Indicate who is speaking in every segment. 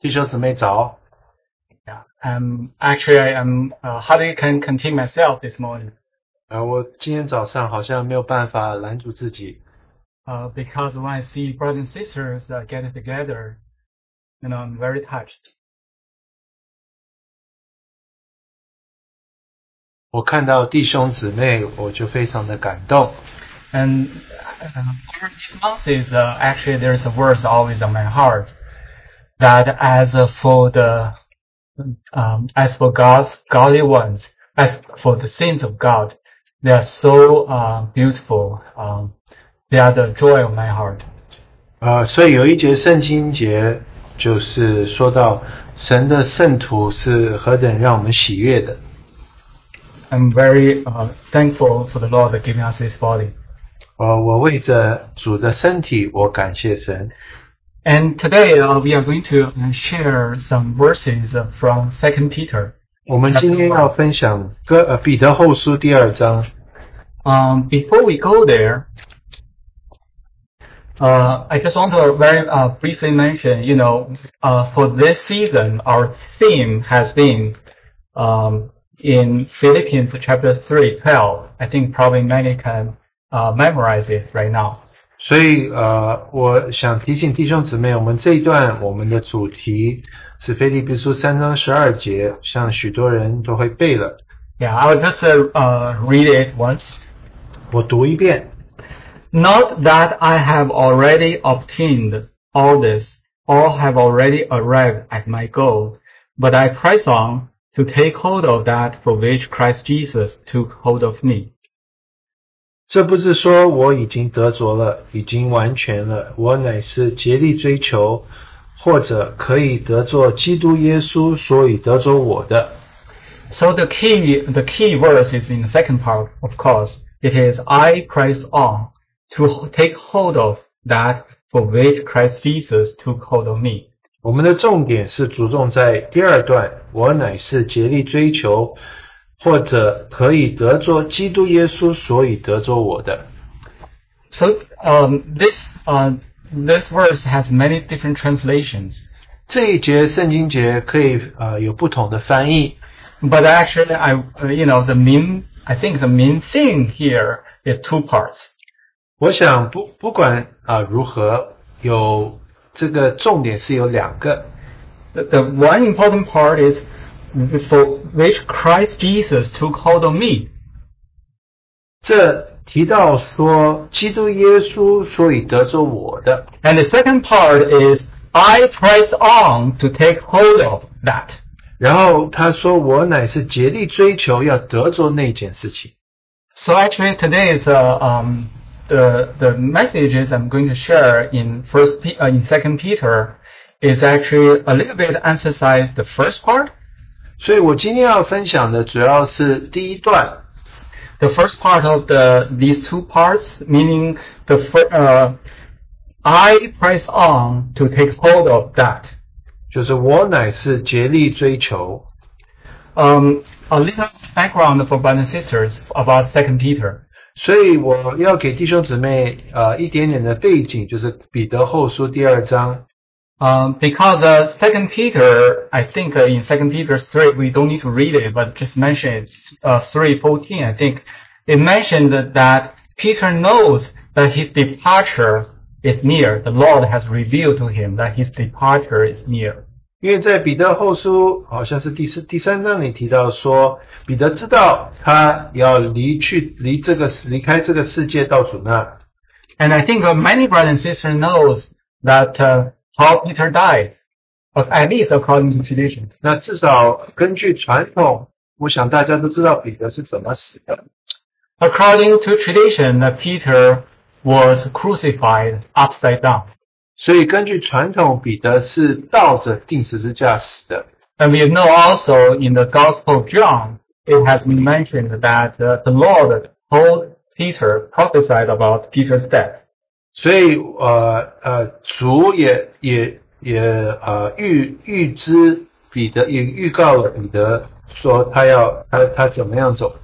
Speaker 1: 弟兄姊妹早，
Speaker 2: Yeah. Um, actually, I am uh, hardly can contain myself this morning
Speaker 1: 呃，我今天早上好像没有办法拦住自己，
Speaker 2: uh, because when I see brothers and sisters uh, get together, you know, I'm very touched.
Speaker 1: 我看到弟兄姊妹，我就非常的感动。
Speaker 2: And uh, over these months, is, uh, actually, there's a verse always on my heart that as for the um, as for God's godly ones, as for the saints of God, they are so uh, beautiful. Um, they are the joy of my heart.
Speaker 1: 呃，所以有一节圣经节就是说到神的圣徒是何等让我们喜悦的。
Speaker 2: I'm very uh, thankful for the Lord that giving us this body.
Speaker 1: 呃，我为着主的身体，我感谢神。
Speaker 2: And today uh, we are going to uh, share some verses uh, from Second Peter.
Speaker 1: 我们今天要分享哥呃彼得后书第二章。
Speaker 2: Um, before we go there, uh, I just want to very uh, briefly mention, you know, uh, for this season, our theme has been um, in Philippians chapter 3, 12. I think probably many can uh, memorize it right now.
Speaker 1: 所以呃，我想提醒弟兄姊妹，我们这一段我们的主题是腓立比书三章十二节，像许多人都会背了。
Speaker 2: Yeah, I will just uh, uh, read it once.
Speaker 1: 我读一遍，
Speaker 2: Not that I have already obtained all this, or have already arrived at my goal, but I press on to take hold of that for which Christ Jesus took hold of me.
Speaker 1: 这不是说我已经得着了，已经完全了，我乃是竭力追求，或者可以得着基督耶稣所以得着我的。
Speaker 2: So the key, the key verse is in the second part, of course. It is, I press on to h- take hold of that for which Christ Jesus took hold of me.
Speaker 1: 我们的重点是着重在第二段，我乃是竭力追求，或者可以得着基督耶稣所以得着我的。
Speaker 2: So um, this, uh, this verse has many different translations.
Speaker 1: 这一节圣经节可以呃有不同的翻译，
Speaker 2: But actually, I, uh, you know, the main, I think the main thing here is two parts.
Speaker 1: 我想不不管啊、呃如何，有这个重点是有两个，
Speaker 2: The, the one important part is for which Christ Jesus took hold of me.
Speaker 1: 这提到说基督耶稣所以得着我的，
Speaker 2: And the second part is I press on to take hold of that.
Speaker 1: 然后他说我乃是竭力追求要得着那件事情。
Speaker 2: So actually today is, uh, um, the, the messages I'm going to share in first, Pe- uh, in second Peter is actually a little bit emphasize the first part.
Speaker 1: 所以我今天要分享的主要是第一段，
Speaker 2: the first part of the these two parts, meaning the fir- uh, I press on to take hold of that.
Speaker 1: 就是我乃是竭力追求。
Speaker 2: Um, a little background for brothers and sisters about Second Peter.
Speaker 1: 所以我要给弟兄姊妹呃一点点的背景，就是彼得后书第二章。
Speaker 2: Um, because uh, Second Peter, I think uh, in Second Peter three, we don't need to read it, but just mention it. Uh, three fourteen, I think it mentioned that- that Peter knows that his departure is near. The Lord has revealed to him that his departure is near.
Speaker 1: 因为在彼得后书好像是第四第三章里提到说，彼得知道他要离去离这个离开这个世界到主那。
Speaker 2: And I think uh, many brothers and sisters knows that uh, how Peter died, or at least according to tradition.
Speaker 1: 那至少根据传统，我想大家都知道彼得是怎么死的。
Speaker 2: According to tradition, that Peter was crucified upside down.
Speaker 1: 所以根据传统，彼得是倒着钉十字架死的。
Speaker 2: And we know also in the Gospel of John, it has been mentioned that uh, the Lord told Peter, prophesied about Peter's death.
Speaker 1: 所以呃呃，主也也也呃预预知彼得，也预告了彼得说他要他他怎么样走。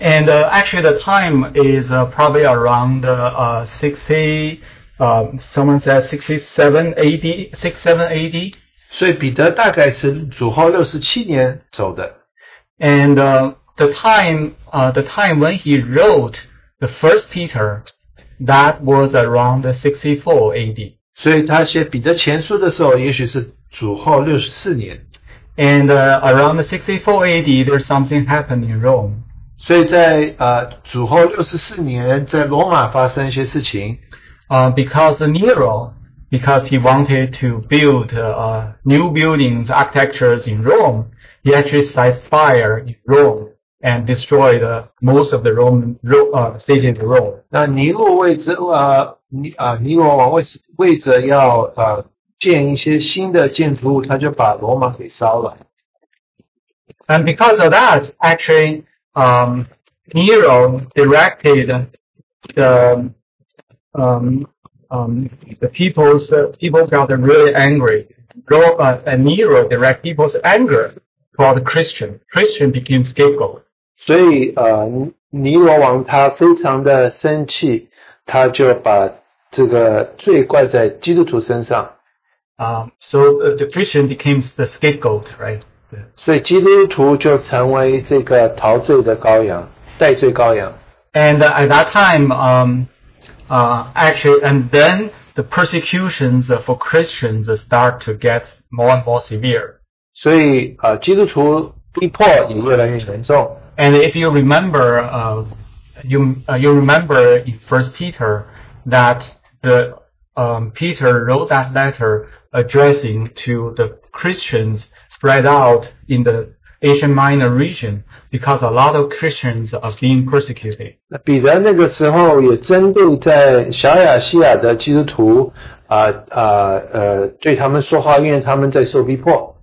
Speaker 2: And uh, actually, the time is uh, probably around uh, uh, 60 um, someone said 67 AD, 67 AD,
Speaker 1: 所以彼得大概是主后六十七年走的。
Speaker 2: and uh, the time uh, the time when he wrote the first Peter, that was around 64 AD,
Speaker 1: 所以他写彼得前书的时候，也许是主后六十四年。
Speaker 2: and uh, around 64 AD, there's something happened in Rome.
Speaker 1: 所以在呃主后六十四年，在罗马发生一些事情，
Speaker 2: uh, because Nero, because he wanted to build uh, uh, new buildings, architectures in Rome, he actually set fire in Rome and destroyed uh, most of the Roman Ro- uh, city of Rome.
Speaker 1: 那尼禄为着呃尼啊、尼罗王为为着要呃建一些新的建筑物，他就把罗马给烧了。
Speaker 2: And because of that, actually, um, Nero directed the um, um, the people's uh, people got really angry. Ro- uh, and Nero direct people's anger toward Christian. Christian became scapegoat.
Speaker 1: 所以呃尼尼罗王他非常的生气，他就把这个罪怪在基督徒身上，
Speaker 2: Um, so uh, the Christian became the scapegoat, right? The-
Speaker 1: 所以基督徒就成为这个陶醉的羔羊，戴罪羔羊。
Speaker 2: And uh, at that time, um, uh, actually, and then the persecutions for Christians start to get more and more severe.
Speaker 1: 所以呃，基督徒逼迫也越来越严重。
Speaker 2: And if you remember, uh, you uh, you remember in First Peter that the um, Peter wrote that letter addressing to the Christians spread out in the Asian Minor region because a lot of Christians are being persecuted.
Speaker 1: 那彼得那个时候也针对在小亚细亚的基督徒啊啊呃对他们说话，因为他们在受逼迫。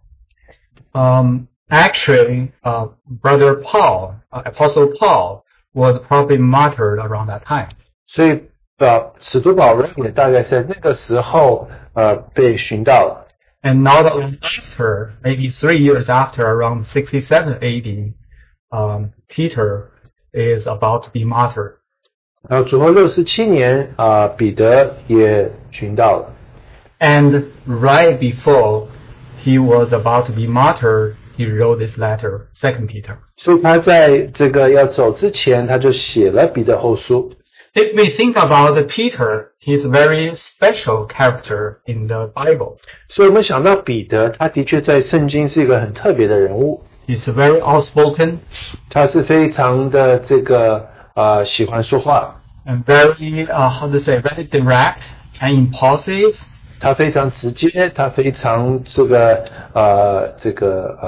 Speaker 2: Um, actually, uh, Brother Paul, uh, Apostle Paul, was probably martyred around that time.
Speaker 1: 所以呃，使徒保罗也大概在那个时候呃被寻到了。
Speaker 2: And not long after, maybe three years after, around 67 AD, um, Peter is about to be martyred.
Speaker 1: 然后主后六十七年啊、彼得也寻到了。
Speaker 2: And right before he was about to be martyred, he wrote this letter, Second Peter.
Speaker 1: 所以他在这个要走之前，他就写了彼得后书。
Speaker 2: If we think about Peter, he's a very special character in the Bible.
Speaker 1: 所以我们想到彼得，他的确在圣经是一个很特别的人物，
Speaker 2: He's very outspoken,
Speaker 1: 他是非常的这个呃喜欢说话，
Speaker 2: and very uh, how to say very direct and impulsive
Speaker 1: 他非常直接，他非常这个呃这个呃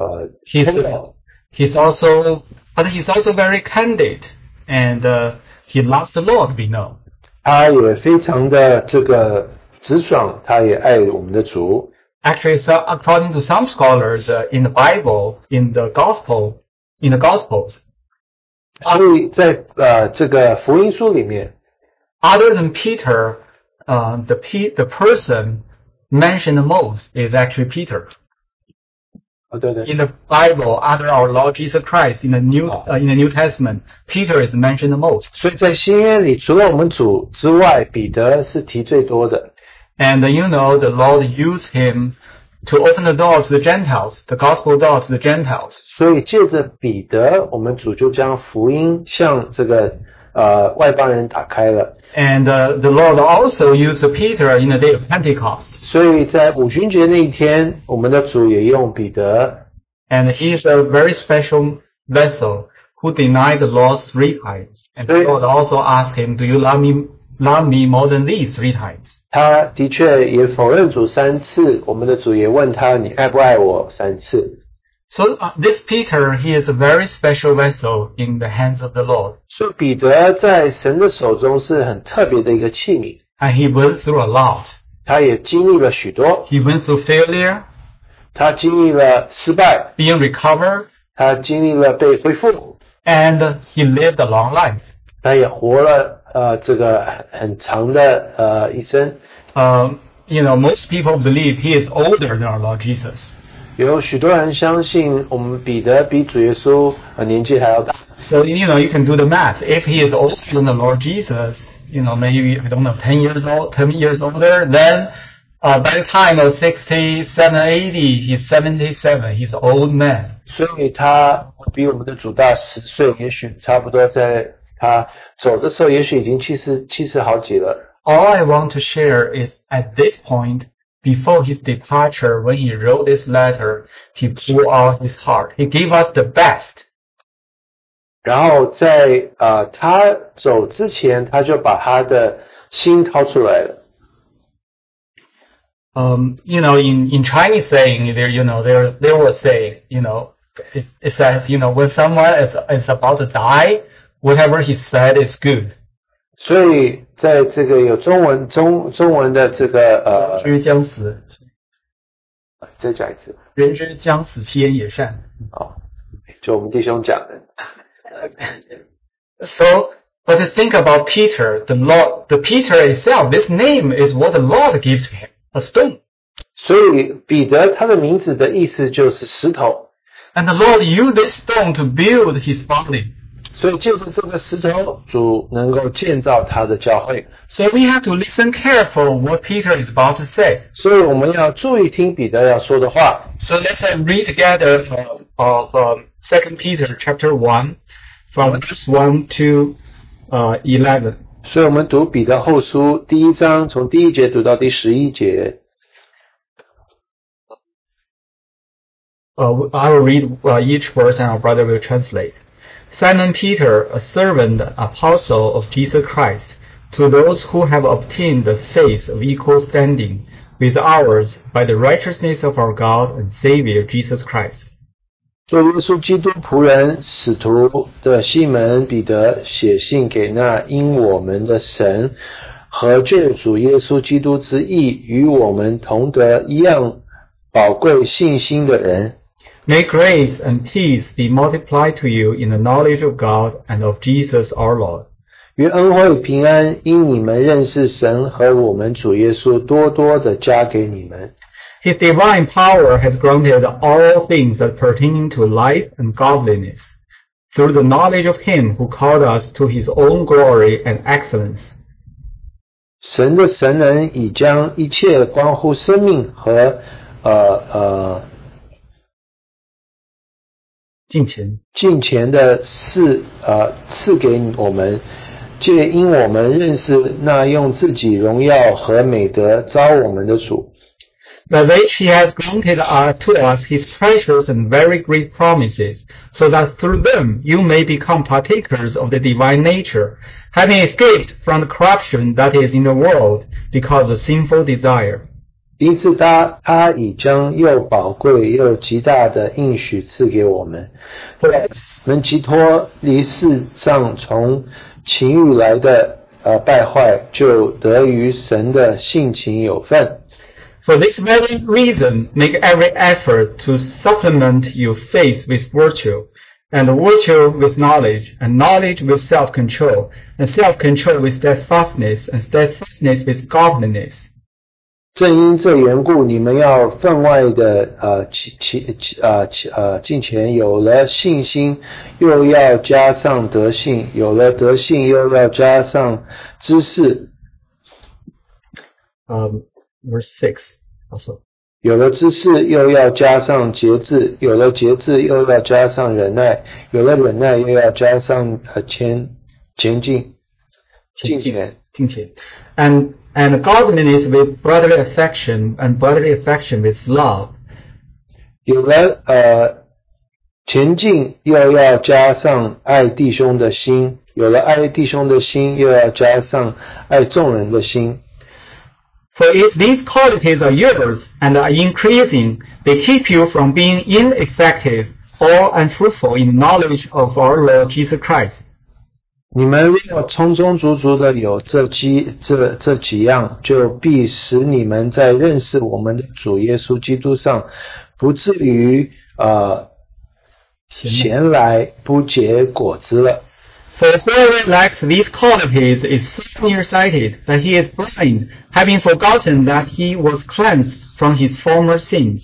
Speaker 1: 呃
Speaker 2: He's-
Speaker 1: tender
Speaker 2: he's also but he's also very candid and uh, he loves the lord we know
Speaker 1: 他也非常的这个直爽，他也爱我们的主。
Speaker 2: actually so according to some scholars uh, in the bible in the gospel in the gospels
Speaker 1: 所以在呃这个福音书里面，
Speaker 2: other than peter uh, the pe- the person mentioned the most is actually peter
Speaker 1: 哦对对
Speaker 2: in the bible other our lord jesus christ in the new uh, in the new testament peter is mentioned the most
Speaker 1: 所以在新约里，除了我们主之外，彼得是提最多的。
Speaker 2: And uh, you know, the Lord used him to open the door to the Gentiles, the gospel door to the Gentiles.
Speaker 1: 所以借着彼得，我们主就将福音向这个呃外邦人打开了。
Speaker 2: And uh, the Lord also used Peter in the day of Pentecost.
Speaker 1: 所以在五旬节那一天，我们的主也用彼得，
Speaker 2: And he is a very special vessel who denied the Lord three times. And the
Speaker 1: Three-
Speaker 2: Lord also asked him, do you love me, love me more than these three times?
Speaker 1: 他的确也否认主三次。我们的主也问他：“你爱不爱我？”三次。
Speaker 2: So uh, this Peter, he is a very special vessel in the hands of the Lord.
Speaker 1: 所以彼得在神的手中是很特别的一个器皿，
Speaker 2: And he went through a lot.
Speaker 1: 他也经历了许多，
Speaker 2: He went through failure,
Speaker 1: 他经历了失败，
Speaker 2: being recovered,
Speaker 1: 他经历了被恢复，
Speaker 2: and he lived a long life.
Speaker 1: 他也活了呃这个很很长的呃一生。
Speaker 2: Um, you know, most people believe he is older than our Lord Jesus.
Speaker 1: 有许多人相信我们彼得比主耶稣呃年纪还要大，
Speaker 2: So you know, you can do the math. If he is older than the Lord Jesus, you know, maybe I don't know, 10 years old, 10 years older. Then uh, by the time of 67, 80, he's 77. He's an old man.
Speaker 1: 所以他比我们的主大十岁，也许差不多在他走的时候，也许已经七十七十好几了。
Speaker 2: All I want to share is at this point, before his departure, when he wrote this letter, he poured out his heart. He gave us the best.
Speaker 1: 然后在呃他走之前，他就把他的心掏出来了。
Speaker 2: um, you know, in, in Chinese saying, there, you know, there, there was saying, you know, it, it says, you know, when someone is, is about to die, whatever he said is good.
Speaker 1: 所以在这个有中文中中文的这个呃，再讲一次
Speaker 2: 人之将死，其言也善。
Speaker 1: 哦，就我们弟兄讲的。
Speaker 2: So, but to think about Peter, the Lord, the Peter itself, this name is what the Lord gave to him, a stone.
Speaker 1: 所以彼得他的名字的意思就是石头，
Speaker 2: And the Lord used this stone to build his body.
Speaker 1: 所以就是这个石头，主能够建造他的教会。
Speaker 2: So we have to listen careful what Peter is about to say.
Speaker 1: 所以我们要注意听彼得要说的话。
Speaker 2: So let's uh, read together uh, of um, Second Peter chapter one, from verse one to uh, eleven.
Speaker 1: 所以我们读彼得后书第一章，从第一节读到第十一节。
Speaker 2: Uh, I will read uh, each verse, and our brother will translate. Simon Peter, a servant apostle of Jesus Christ, to those who have obtained the faith of equal standing with ours by the righteousness of our God and Savior Jesus Christ.
Speaker 1: 做耶稣基督仆人使徒的西门彼得写信给那因我们的神和救主耶稣基督之意与我们同得一样宝贵信心的人，
Speaker 2: May grace and peace be multiplied to you in the knowledge of God and of Jesus our Lord.
Speaker 1: 与恩惠平安因你们认识神和我们主耶稣多多的加给你们。
Speaker 2: His divine power has granted all things that pertaining to life and godliness through the knowledge of him who called us to his own glory and excellence.
Speaker 1: 神的神能已将一切关乎生命和呃呃
Speaker 2: 敬虔。
Speaker 1: 近前的事，呃，赐给我们，借因我们认识那用自己荣耀和美德招我们的主，
Speaker 2: By which he has granted uh, to us his precious and very great promises, so that through them you may become partakers of the divine nature, having escaped from the corruption that is in the world because of sinful desire.
Speaker 1: 因此他他已将又宝贵又极大的应许赐给我们，能寄托离世上从情欲来的呃败坏，就得于神的性情有份。
Speaker 2: For this very reason, make every effort to supplement your faith with virtue, and virtue with knowledge, and knowledge with self-control, and self-control with steadfastness, and steadfastness with godliness.
Speaker 1: 正因这缘故，你们要分外的呃其其其呃其呃敬前有了信心，又要加上德性；有了德性，又要加上知识；
Speaker 2: Um, verse six also.
Speaker 1: 有了知识，又要加上节制；有了节制，又要加上忍耐；有了忍耐，又要加上呃前前进进前。
Speaker 2: 敬虔。And and godliness with brotherly affection, and brotherly affection with love.
Speaker 1: 有了呃前进，又要加上爱弟兄的心；有了爱弟兄的心，又要加上爱众人的心。
Speaker 2: For if these qualities are yours and are increasing, they keep you from being ineffective or unfruitful in knowledge of our Lord Jesus Christ.
Speaker 1: 你们若充充足足的有这几这这几样，就必使你们在认识我们的主耶稣基督上，不至于呃闲来不结果子了。
Speaker 2: For whoever lacks these qualities is so nearsighted that he is blind, having forgotten that he was cleansed from his former sins.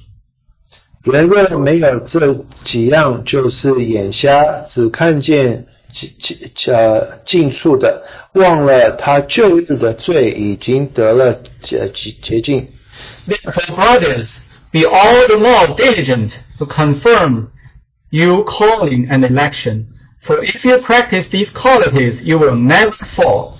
Speaker 1: 人若没有这几样，就是眼瞎，只看见进进呃进处的，忘了他旧日的罪已经得了洁洁洁净。
Speaker 2: Therefore, brothers, be all the more diligent to confirm your calling and election. For if you practice these qualities, you will never fall.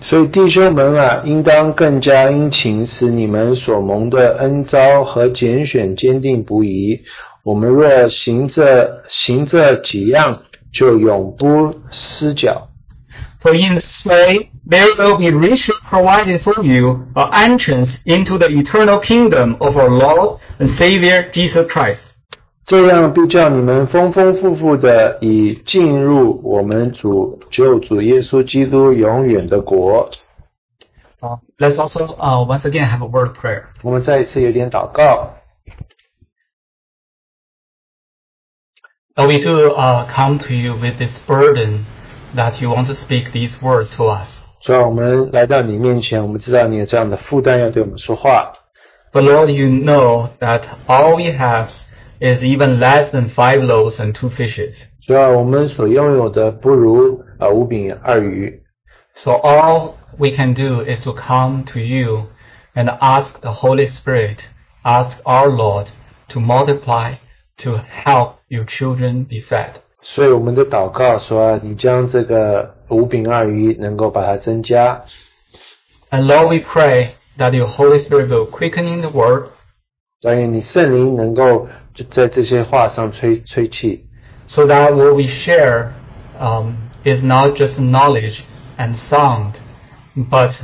Speaker 1: 所以弟兄们啊，应当更加殷勤，使你们所蒙的恩招和拣选坚定不移。我们若行这行这几样，就永不失脚。
Speaker 2: For in this way, there will be richly provided for you an entrance into the eternal kingdom of our Lord and Savior Jesus Christ.
Speaker 1: 这样必叫你们丰丰富富的已进入我们主救主耶稣基督永远的国。
Speaker 2: Uh, let's also uh, once again have a word of prayer.
Speaker 1: 我们再一次有点祷告，
Speaker 2: But we do uh, come to you with this burden that you want to speak these words to us.
Speaker 1: 主啊，我们来到你面前，我们知道你有这样的负担要对我们说话。
Speaker 2: But Lord, you know that all we have is even less than five loaves and two fishes.
Speaker 1: 主啊，我们所拥有的不如啊五饼二鱼，
Speaker 2: So all we can do is to come to you and ask the Holy Spirit, ask our Lord to multiply, to help your children be fed.
Speaker 1: 所以我们的祷告说、啊，你将这个五饼二鱼能够把它增加。
Speaker 2: And Lord, we pray that your Holy Spirit will quicken in the word
Speaker 1: 所以你圣灵能够就在这些话上吹吹气，
Speaker 2: so that what we share um, is not just knowledge and sound, but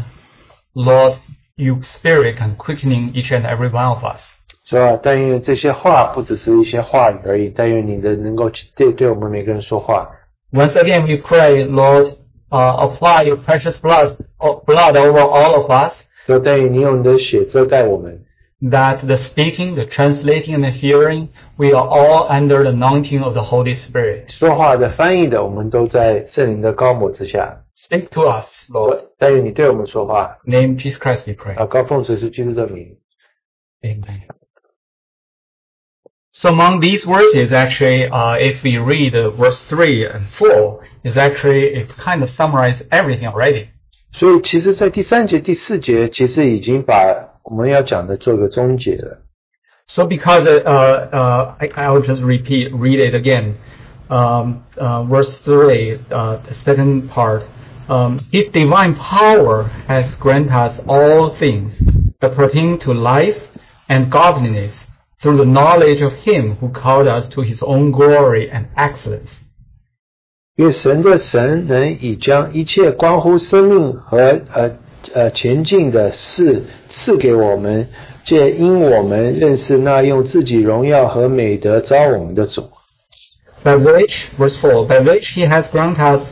Speaker 2: Lord, your spirit can quicken in each and every one of us.
Speaker 1: 是吧、啊？但愿这些话不只是一些话语而已，但愿你的能够对对我们每个人说话。
Speaker 2: Once again, we pray, Lord, uh, apply your precious blood, o- blood over all of us,
Speaker 1: 说，但愿你用你的血遮盖我们，
Speaker 2: that the speaking, the translating, and the hearing, we are all under the anointing of the Holy Spirit.
Speaker 1: 说话的、翻译的，我们都在圣灵的高抹之下。
Speaker 2: Speak to us, Lord.
Speaker 1: 但愿你对我们说话。
Speaker 2: In the Name of Jesus Christ, we pray.
Speaker 1: 啊，高奉水是基督的名。
Speaker 2: Amen. So among these verses, actually, uh, if we read uh, verse three and four, is actually it kind of summarizes everything already.
Speaker 1: 所以，其实，在第三节、第四节，其实已经把我们要讲的做个终结了。
Speaker 2: So because uh, uh, I, I'll just repeat, read it again. Um, uh, verse three, uh, the second part. Um, His divine power has granted us all things that pertain to life and godliness through the knowledge of Him who called us to His own glory and excellence.
Speaker 1: 愿神的神能已将一切关乎生命和呃呃前进的事赐给我们，借因我们认识那用自己荣耀和美德招我们的主。
Speaker 2: by which, verse 4, by which he has granted us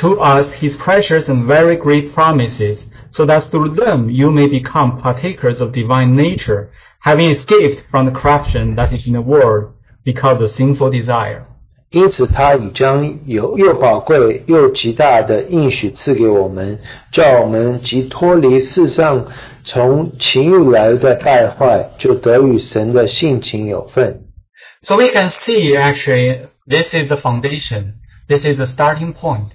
Speaker 2: to us his precious and very great promises, so that through them you may become partakers of divine nature, having escaped from the corruption that is in the world because of sinful desire.
Speaker 1: 因此，他已将有又宝贵又极大的应许赐给我们，叫我们即脱离世上从情欲来的败坏，就得与神的性情有份。
Speaker 2: So we can see actually this is the foundation, this is the starting point,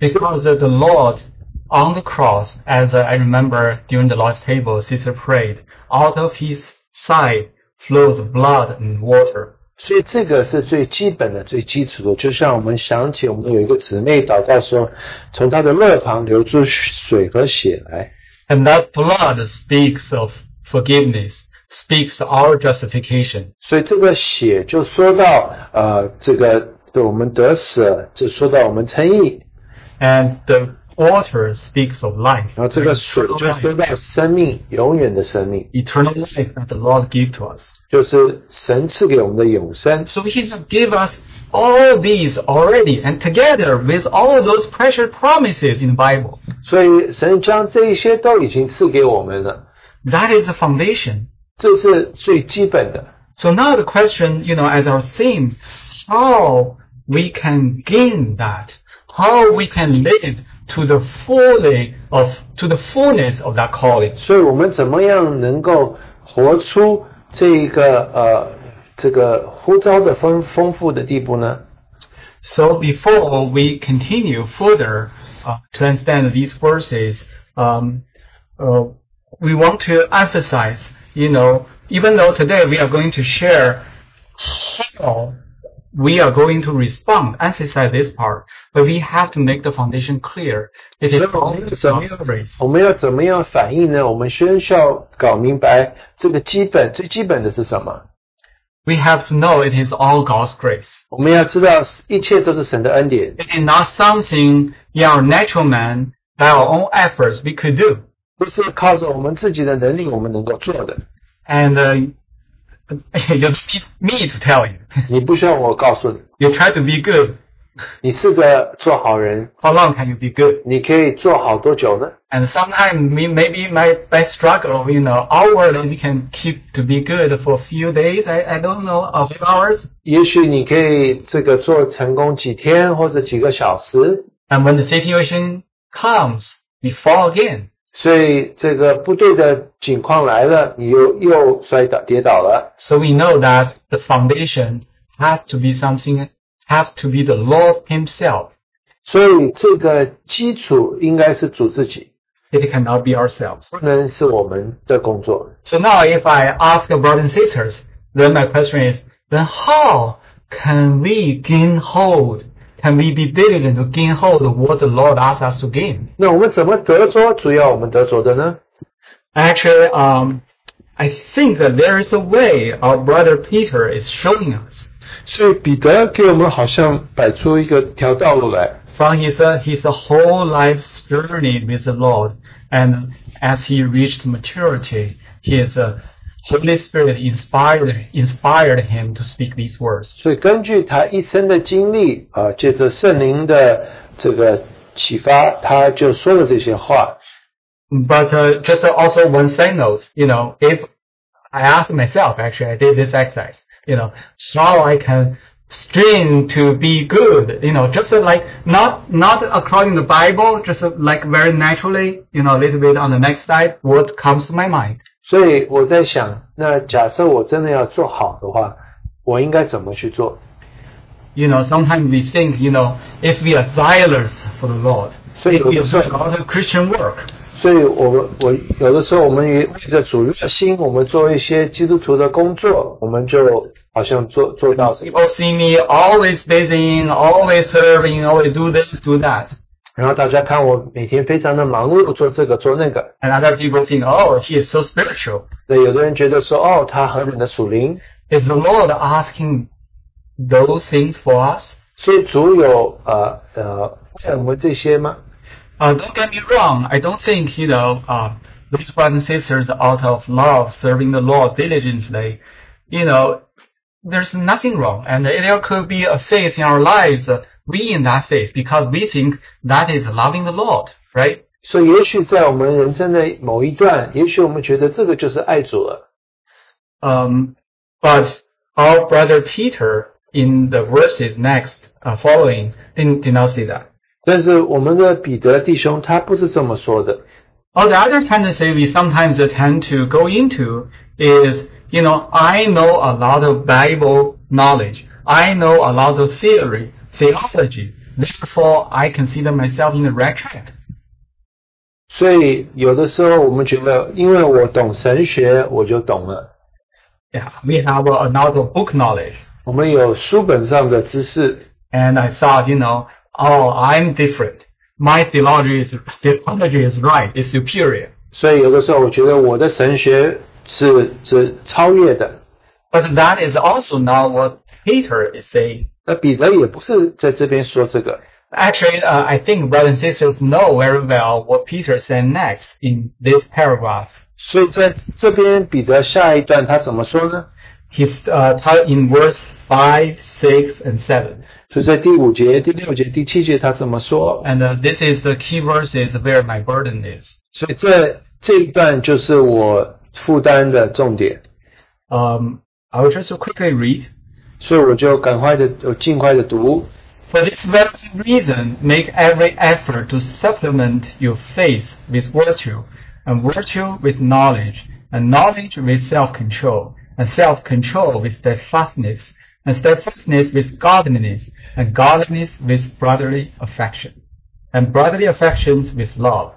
Speaker 2: because of the Lord on the cross, as I remember during the Lord's table, Sister prayed, out of his side flows blood and water.
Speaker 1: 所以，这个是最基本的、最基础的。就像我们想起我们有一个姊妹祷告说，从她的肋旁流出水和血来，
Speaker 2: And that blood speaks of forgiveness, speaks our justification.
Speaker 1: 所以这个血就说到呃，这个对我们得死了，就说到我们称义。
Speaker 2: And the water speaks of life,
Speaker 1: 然后这个水就说到生命，永远的生命，
Speaker 2: eternal life that the Lord gave to us.
Speaker 1: 就是神赐给我们的永生。
Speaker 2: So He has given us all these already, and together with all those precious promises in the Bible.
Speaker 1: 所以神将这一些都已经赐给我们了，
Speaker 2: That is the foundation.
Speaker 1: 这是最基本的。
Speaker 2: So now the question, you know, as our theme, how we can gain that, how we can live to the fully of to the fullness of that calling.
Speaker 1: 所以我们怎么样能够活出这一个呃这个呼召的丰丰富的地步呢？
Speaker 2: So before we continue further uh, to understand these verses, um, uh, we want to emphasize, you know, even though today we are going to share how we are going to respond, emphasize this part, but we have to make the foundation clear. It is
Speaker 1: 所以我们要怎么
Speaker 2: all about
Speaker 1: 样
Speaker 2: grace.？
Speaker 1: 我们要怎么样反应呢？我们先需要搞明白这个基本最基本的是什么。
Speaker 2: We have to know it is all God's grace.
Speaker 1: 我们要知道一切都是神的恩典，
Speaker 2: It is not something in our natural man by our own efforts we could do.
Speaker 1: 不是靠着我们自己的能力我们能够做的。
Speaker 2: And uh, you don't need me to tell you.
Speaker 1: 你不需要我告诉你，
Speaker 2: You try to be good.
Speaker 1: 你试着做好人，
Speaker 2: How long can you be good?
Speaker 1: 你可以做好多久呢？
Speaker 2: And sometimes me, maybe my best struggle, you know, hourly we can keep to be good for a few days. I, I don't know, a few hours.
Speaker 1: 也许你可以这个做成功几天或者几个小时，
Speaker 2: And when the situation comes, we fall again.
Speaker 1: 所以这个不对的情况来了，你又又摔倒跌倒了。
Speaker 2: So we know that the foundation has to be something, has to be the Lord Himself.
Speaker 1: 所以这个基础应该是主自己，
Speaker 2: It cannot be ourselves.
Speaker 1: 不能是我们的工作。
Speaker 2: So now if I ask brothers and sisters, then my question is, then how can we gain hold? Can we be diligent to gain hold of what the Lord asks us to gain?
Speaker 1: 那我们怎么得着主要我们得着的呢？
Speaker 2: Actually, um, I think that there is a way our brother Peter is showing us
Speaker 1: 所以彼得给我们好像摆出一个条道路来，
Speaker 2: from his, uh, his whole life's journey with the Lord. And as he reached maturity, his uh, Holy Spirit inspired, inspired him to speak these words.
Speaker 1: 所以根据他一生的经历啊，借着圣灵的这个启发，他就说了这些话。
Speaker 2: But uh, just also one side note, you know, if I ask myself, actually, I did this exercise, you know, how I can strain to be good, you know, just uh, like not not according to the Bible, just uh, like very naturally, you know, a little bit on the next slide, what comes to my mind.
Speaker 1: 所以我在想，那假设我真的要做好的话，我应该怎么去做？
Speaker 2: You know, sometimes we think, you know, if we are zealous for the Lord,
Speaker 1: So you-
Speaker 2: if we are doing all the Christian work,
Speaker 1: 所以我们我有的时候我们也为着主热心，我们做一些基督徒的工作，我们就好像做做到什么，
Speaker 2: people see me always busy, always serving, always do this, do that.
Speaker 1: 然后大家看我每天非常的忙碌，做这个做那个。
Speaker 2: And other people think, oh, he is so spiritual.
Speaker 1: 那有的人觉得说，哦，他很很的属灵，
Speaker 2: Is the Lord asking those things for us?
Speaker 1: 所以主有呃呃爱我们这些吗？
Speaker 2: Uh, don't get me wrong. I don't think, you know, uh, those brothers and sisters out of love, serving the Lord diligently, you know, there's nothing wrong. And there could be a phase in our lives, uh, we in that phase, because we think that is loving the Lord, right?
Speaker 1: 所以也许在我们人生的某一段，也许我们觉得这个就是爱主了。
Speaker 2: Um, but our brother Peter in the verses next uh, following didn't, did not see that.
Speaker 1: 但是我们的彼得弟兄他不是这么说的，
Speaker 2: Or the other tendency we sometimes tend to go into is, you know, I know a lot of Bible knowledge. I know a lot of theory, theology. Therefore, I consider myself in the right track.
Speaker 1: 所以有的时候我们觉得，因为我懂神学，我就懂了。
Speaker 2: Yeah, we have a lot of book knowledge.
Speaker 1: 我们有书本上的知识，
Speaker 2: And I thought, you know, oh, I'm different. My theology is, theology is right, it's superior.
Speaker 1: 所以有的时候我觉得我的神学是是超越的。
Speaker 2: But that is also not what Peter is saying.
Speaker 1: 那彼得也不是在这边说这个，
Speaker 2: Actually, uh, I think brothers and sisters know very well what Peter said next in this paragraph.
Speaker 1: 所以在这边彼得下一段他怎么说呢？
Speaker 2: He's uh, taught in verse 5, 6, and 7.
Speaker 1: 所以在第五节、第六节、第七节他怎么说？
Speaker 2: And uh, this is the key verses where my burden is.
Speaker 1: 所以这这一段就是我负担的重点，
Speaker 2: Um, I will just quickly read.
Speaker 1: 所以我就赶快的，我尽快的读。
Speaker 2: For this very reason, make every effort to supplement your faith with virtue, and virtue with knowledge, and knowledge with self-control, and self-control with steadfastness, and and steadfastness with godliness, and godliness with brotherly affection, and brotherly affections with love.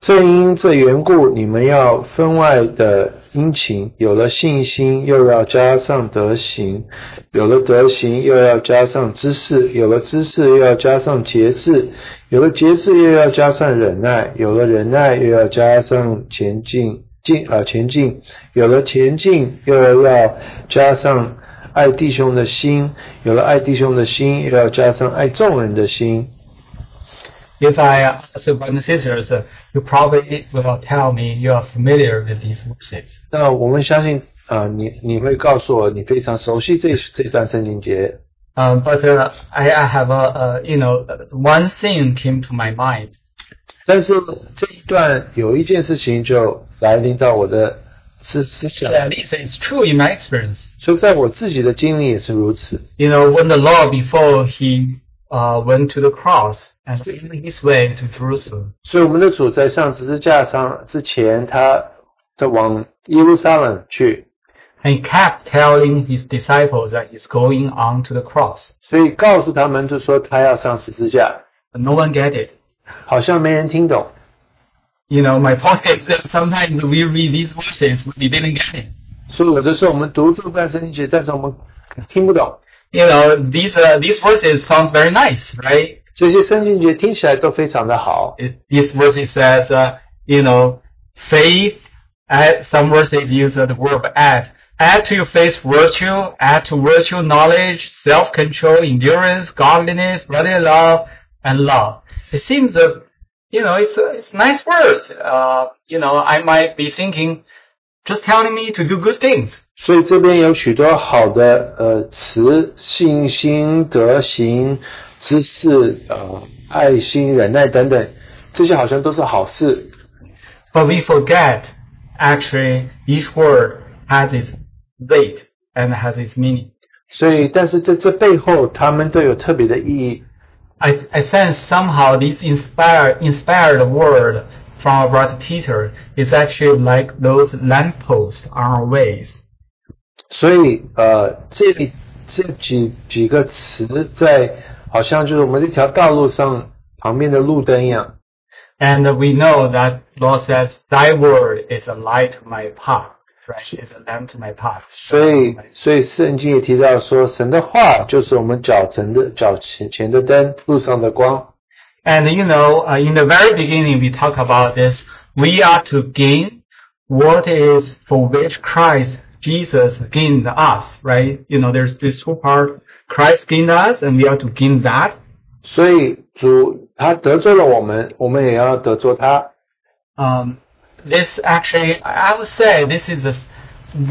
Speaker 1: 正因这缘故，你们要分外的殷勤。有了信心，又要加上德行；有了德行，又要加上知识；有了知识，又要加上节制；有了节制，又要加上忍耐；有了忍耐，又要加上前进进啊、前进；有了前进，又要加上爱弟兄的心；有了爱弟兄的心，又要加上爱众人的心。
Speaker 2: If I ask brothers and sisters, uh, you probably will tell me you are familiar with these verses.
Speaker 1: 那我们相信啊、呃你你会告诉我，你非常熟悉这这段圣经节。
Speaker 2: Um, but uh, I, I have a, uh, you know, uh, one thing came to my mind.
Speaker 1: 但是这一段有一件事情就来临到我的思思想，
Speaker 2: At least it's true in my experience.
Speaker 1: 所以在我自己的经历也是如此。
Speaker 2: You know, when the Lord before he uh, went to the cross and in his way to Jerusalem,
Speaker 1: 所以我们的主在上十字架上之前，他在往耶路撒冷去，
Speaker 2: and he kept telling his disciples that he's going on to the cross.
Speaker 1: 所以告诉他们就说他要上十字架，
Speaker 2: But no one get it.
Speaker 1: 好像没人听懂。
Speaker 2: You know, my point is that sometimes we read these verses, we didn't get it.
Speaker 1: 所以有的时候我们读这段圣经节，但是我们听不懂。
Speaker 2: You know, these uh, these verses sounds very nice, right?
Speaker 1: 这些圣经节听起来都非常的好，
Speaker 2: it, this verse it says, uh, you know, faith. Add, some verses use the verb add. Add to your faith virtue. Add to virtue knowledge, self-control, endurance, godliness, brotherly love, and love. It seems that you know it's a, it's nice words. Uh, you know, I might be thinking, just telling me to do good things.
Speaker 1: 所以这边有许多好的呃词：信心、德行、知识、呃爱心、忍耐等等，这些好像都是好事。
Speaker 2: But we forget actually each word has its weight and has its meaning.
Speaker 1: 所以，但是在这背后，他们都有特别的意义。
Speaker 2: I, I sense somehow this inspired inspired word from our brother Peter is actually like those lampposts on our ways.
Speaker 1: 所以，呃，这里这几几个词在好像就是我们这条道路上旁边的路灯一样。
Speaker 2: And we know that Lord says, Thy word is a light to my path, right? It's a lamp to my path.
Speaker 1: 所以，所以圣经也提到说，神的话就是我们脚前的脚前前的灯，路上的光。
Speaker 2: And you know, uh, in the very beginning we talk about this, we are to gain what is for which Christ Jesus gained us, right? You know, there's this two part, Christ gained us and we are to gain that.
Speaker 1: 所以主他得罪了我们，我们也要得罪他。
Speaker 2: um, this actually, I would say this is the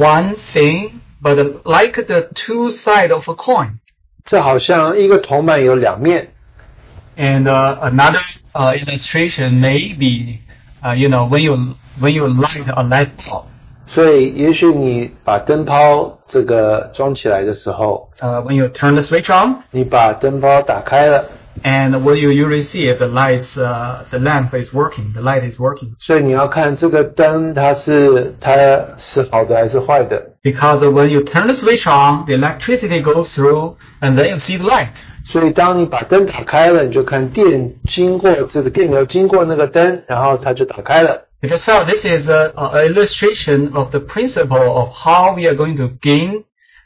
Speaker 2: one thing, but like the two side of a coin.
Speaker 1: 这好像一个铜板有两面。
Speaker 2: And uh, another uh, illustration may be, uh, you know, when you when you light a light bulb,
Speaker 1: 所以，也许你把灯泡这个装起来的时候，
Speaker 2: uh, when you turn the switch on,
Speaker 1: 你把灯泡打开了，
Speaker 2: and what you usually see is the lights, uh, the lamp is working, the light is working.
Speaker 1: 所以你要看这个灯它是它是好的还是坏的。
Speaker 2: Because when you turn the switch on, the electricity goes through, and then you see the light.
Speaker 1: 所以，当你把灯打开了，你就看电经过这个电流经过那个灯，然后它就打开了。
Speaker 2: I just felt this is a, a illustration of the principle of how we are going to gain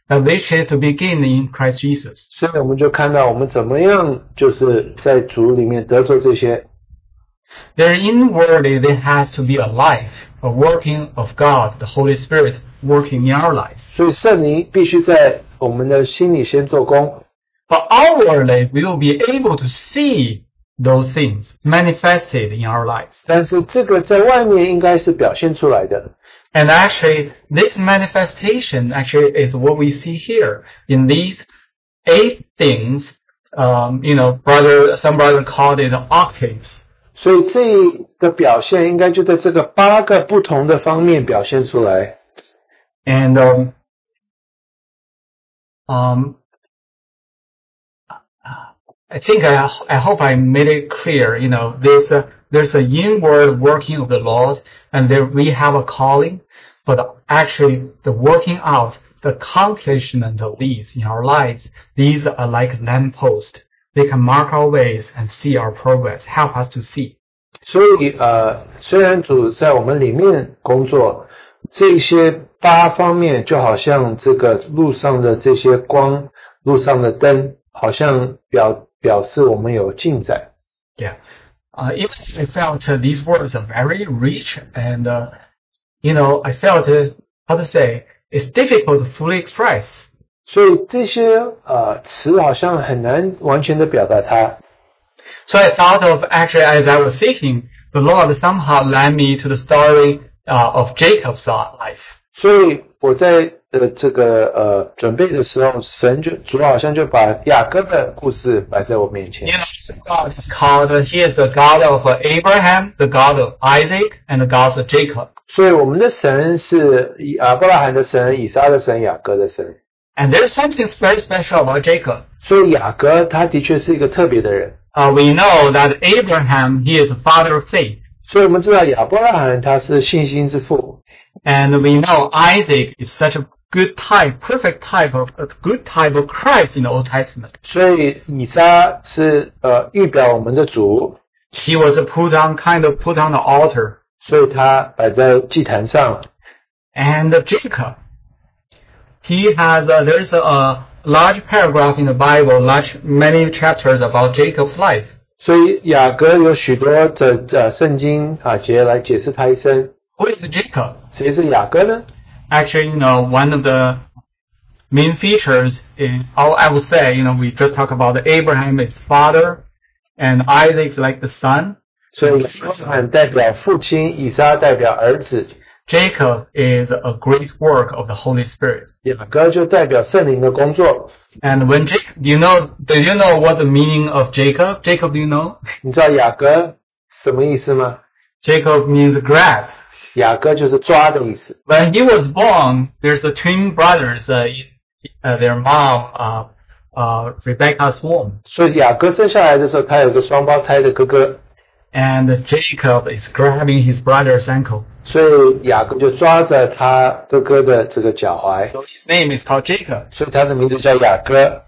Speaker 2: that which is to be gained in Christ Jesus.
Speaker 1: 所以，我们就看到我们怎么样就是在主里面得罪这些
Speaker 2: There inwardly there has to be a life, a working of God, the Holy Spirit working in our lives.
Speaker 1: 所以圣灵必须在我们的心里先做工，
Speaker 2: But outwardly we will be able to see those things manifested in our lives.
Speaker 1: 但是这个在外面应该是表现出来的。
Speaker 2: And actually this manifestation actually is what we see here in these eight things. Um, you know, brother, some brother called it octaves.
Speaker 1: 所以这个表现应该就在这个八个不同的方面表现出来。
Speaker 2: And um, um, I think I, I hope I made it clear. You know, there's a there's an inward working of the Lord, and there we have a calling, but actually the working out the accomplishment of these in our lives, these are like lampposts. They can mark our ways and see our progress, help us to see.
Speaker 1: 所以呃，虽然主在我们里面工作，这些八方面就好像这个路上的这些光，路上的灯，好像表表示我们有进展。
Speaker 2: Yeah. Uh, even I felt uh, these words are very rich and, uh, you know, I felt, uh, how to say, it's difficult to fully express.
Speaker 1: 所以这些呃词好像很难完全的表达它。
Speaker 2: So I thought of actually as I was seeking, the Lord somehow led me to the story uh, of Jacob's uh, life.
Speaker 1: 所以我在呃这个呃准备的时候，神就主好像就把雅各的故事摆在我面前
Speaker 2: You。know, God is called, uh, He is the God of uh, Abraham, the God of Isaac, and the God of Jacob.
Speaker 1: 所以我们的神是以亚伯拉罕的神、以撒的神、雅各的神。
Speaker 2: And there's something very special about Jacob.
Speaker 1: 所以雅各他的确是一个特别的人。
Speaker 2: Uh, we know that Abraham, he is the father of faith.
Speaker 1: 所以我们知道亚伯拉罕他是信心之父，
Speaker 2: And we know Isaac is such a good type, perfect type of, a good type of Christ in the Old Testament.
Speaker 1: 所以以撒是呃预表我们的主，
Speaker 2: He was put on, kind of put on the altar.
Speaker 1: 所以他摆在祭坛上。
Speaker 2: And Jacob, he has, a, there's a, a large paragraph in the Bible, large, many chapters about Jacob's life.
Speaker 1: 所以雅各有许多的呃圣经啊节来解释他一生。
Speaker 2: Who is Jacob?
Speaker 1: 谁是雅各呢？
Speaker 2: Actually, you know, one of the main features in, oh, I would say, you know, we just talked about Abraham is father and Isaac is like the son.
Speaker 1: 所以亚伯拉罕代表父亲，以撒代表儿子，
Speaker 2: Jacob is a great work of the Holy Spirit.
Speaker 1: 雅各就代表圣灵的工作。
Speaker 2: And when Jacob, do you know, do you know what the meaning of Jacob? Jacob, do you know?
Speaker 1: 你知道雅各什么意思吗？
Speaker 2: Jacob means grab.
Speaker 1: 雅各就是抓的意思。
Speaker 2: When he was born, there's a twin brothers, uh, in, uh, their mom, uh, uh, Rebecca's womb.
Speaker 1: 所以雅各生下来的时候，他有个双胞胎的哥哥，
Speaker 2: And Jacob is grabbing his brother's ankle.
Speaker 1: 所以雅各就抓着他哥哥的这个脚踝，
Speaker 2: So his name is called Jacob.
Speaker 1: 所以他的名字叫雅各。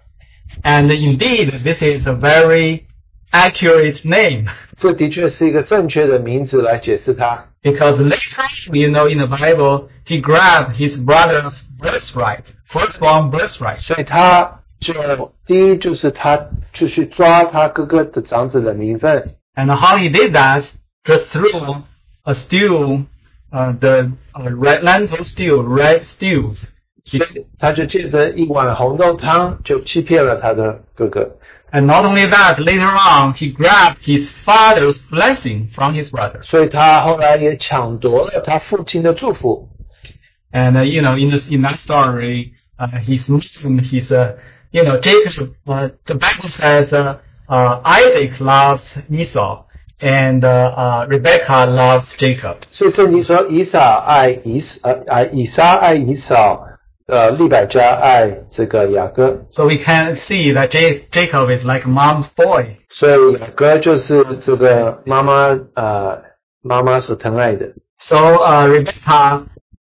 Speaker 2: And indeed, this is a very accurate name.
Speaker 1: 这的确是一个正确的名字来解释他，
Speaker 2: Because later, you know, in the Bible, he grabbed his brother's birthright, firstborn birthright.
Speaker 1: 所以他就第一就是他就去抓他哥哥的长子的名分，
Speaker 2: And how he did that, just through a stew, uh, the uh, red lentil stew, red stews.
Speaker 1: 所以他就借着一碗红豆汤就欺骗了他的哥哥，
Speaker 2: And not only that, later on, he grabbed his father's blessing from his brothers.
Speaker 1: 所以他后来也抢夺了他父亲的祝福。
Speaker 2: And, uh, you know, in this, in that story, uh, his mom, his, uh, you know, Jacob, uh, the Bible says, uh, uh, Isaac loves Esau and, uh, uh, Rebecca loves Jacob.
Speaker 1: 所以圣经说以撒爱以撒呃爱以撒爱以扫，呃利百加爱这个雅各，
Speaker 2: So we can see that Ja- Jacob is like mom's boy.
Speaker 1: 所以雅各就是这个妈妈呃妈妈所疼爱的。
Speaker 2: So uh, Rebecca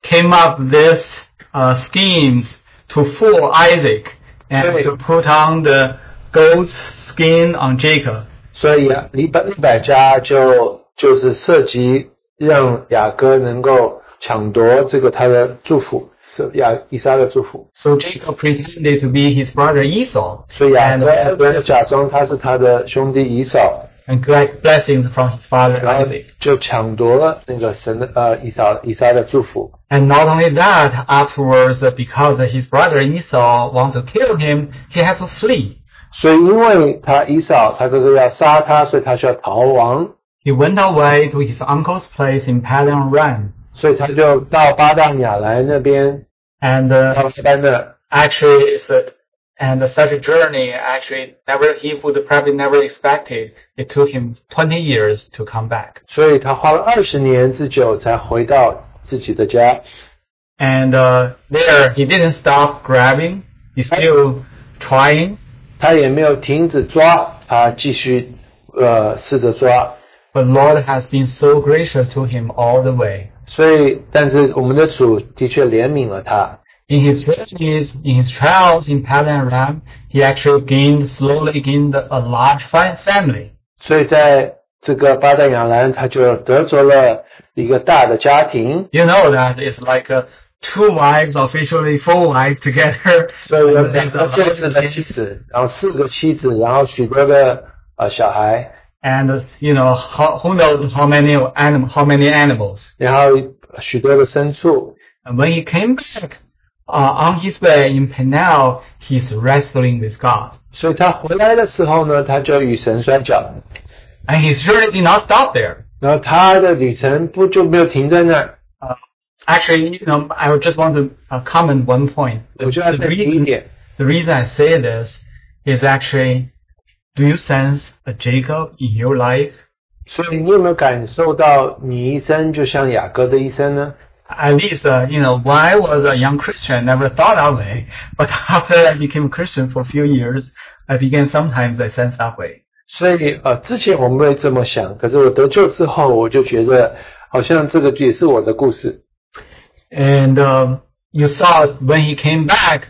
Speaker 2: came up with uh, schemes to fool Isaac and
Speaker 1: Right.
Speaker 2: to put on the goat's skin on Jacob.
Speaker 1: 所以啊利百利百加就就是涉及让雅各能够抢夺这个他的祝福，是雅以撒的祝福。
Speaker 2: So Jacob pretended to be his brother Esau
Speaker 1: 所以啊雅
Speaker 2: and
Speaker 1: 各雅各
Speaker 2: got
Speaker 1: 假装他是他的兄弟以扫，
Speaker 2: and got blessings from his father
Speaker 1: 然后
Speaker 2: Isaac.
Speaker 1: 就抢夺了那个神的呃以扫以撒的祝福。
Speaker 2: And not only that, afterwards, uh, because his brother Esau wanted to kill him, he had to flee.
Speaker 1: 所以因为他以扫他哥哥要杀他，所以他需要逃亡，
Speaker 2: He went away to his uncle's place in Padan Aram,
Speaker 1: 所以他就到巴旦亚兰那边
Speaker 2: and uh,
Speaker 1: 到西班的。
Speaker 2: actually it's a, and uh, such a journey actually never he would probably never expected it took him 20 years to come back
Speaker 1: 所以他花了二十年之久才回到自己的家。
Speaker 2: and uh, there he didn't stop grabbing he's still trying
Speaker 1: 他也没有停止抓，他继续呃试着抓。
Speaker 2: but lord has been so gracious to him all the way
Speaker 1: 所以，但是我们的主的确怜悯了他，
Speaker 2: In his strategies, in his trials in Padan and Ram, he actually gained slowly gained a large fi- family.
Speaker 1: 所以在这个巴旦亚兰，他就得着了一个大的家庭。
Speaker 2: You know that it's like uh, two wives, officially four wives together.
Speaker 1: 所以有
Speaker 2: And
Speaker 1: 两
Speaker 2: there's a
Speaker 1: 个
Speaker 2: lot
Speaker 1: 正式
Speaker 2: of
Speaker 1: 的妻
Speaker 2: kids.
Speaker 1: 子，然后四个妻子，然后许多个呃小孩，
Speaker 2: and uh, you know how, who knows how many anim- how many animals.
Speaker 1: 然后许多个牲畜。
Speaker 2: And when he came back uh, on his way in Penel, he's wrestling with God,
Speaker 1: 所以他回来的时候呢，他就与神摔跤，
Speaker 2: and he surely did not stop there.
Speaker 1: 然后他的旅程不就没有停在那儿？
Speaker 2: Actually, you know, I would just want to uh, comment one point.
Speaker 1: 我就要再提一
Speaker 2: reason,
Speaker 1: 点，
Speaker 2: the reason I say this is actually, do you sense a Jacob in your life?
Speaker 1: 所以你有没有感受到你一生就像雅各的一生呢？
Speaker 2: At least, uh, you know, when I was a young Christian, I never thought that way. But after I became a Christian for a few years, I began sometimes I sense that way.
Speaker 1: 所以呃，之前我没有这么想，可是我得救之后，我就觉得好像这个也是我的故事。
Speaker 2: And um, you thought when he came back,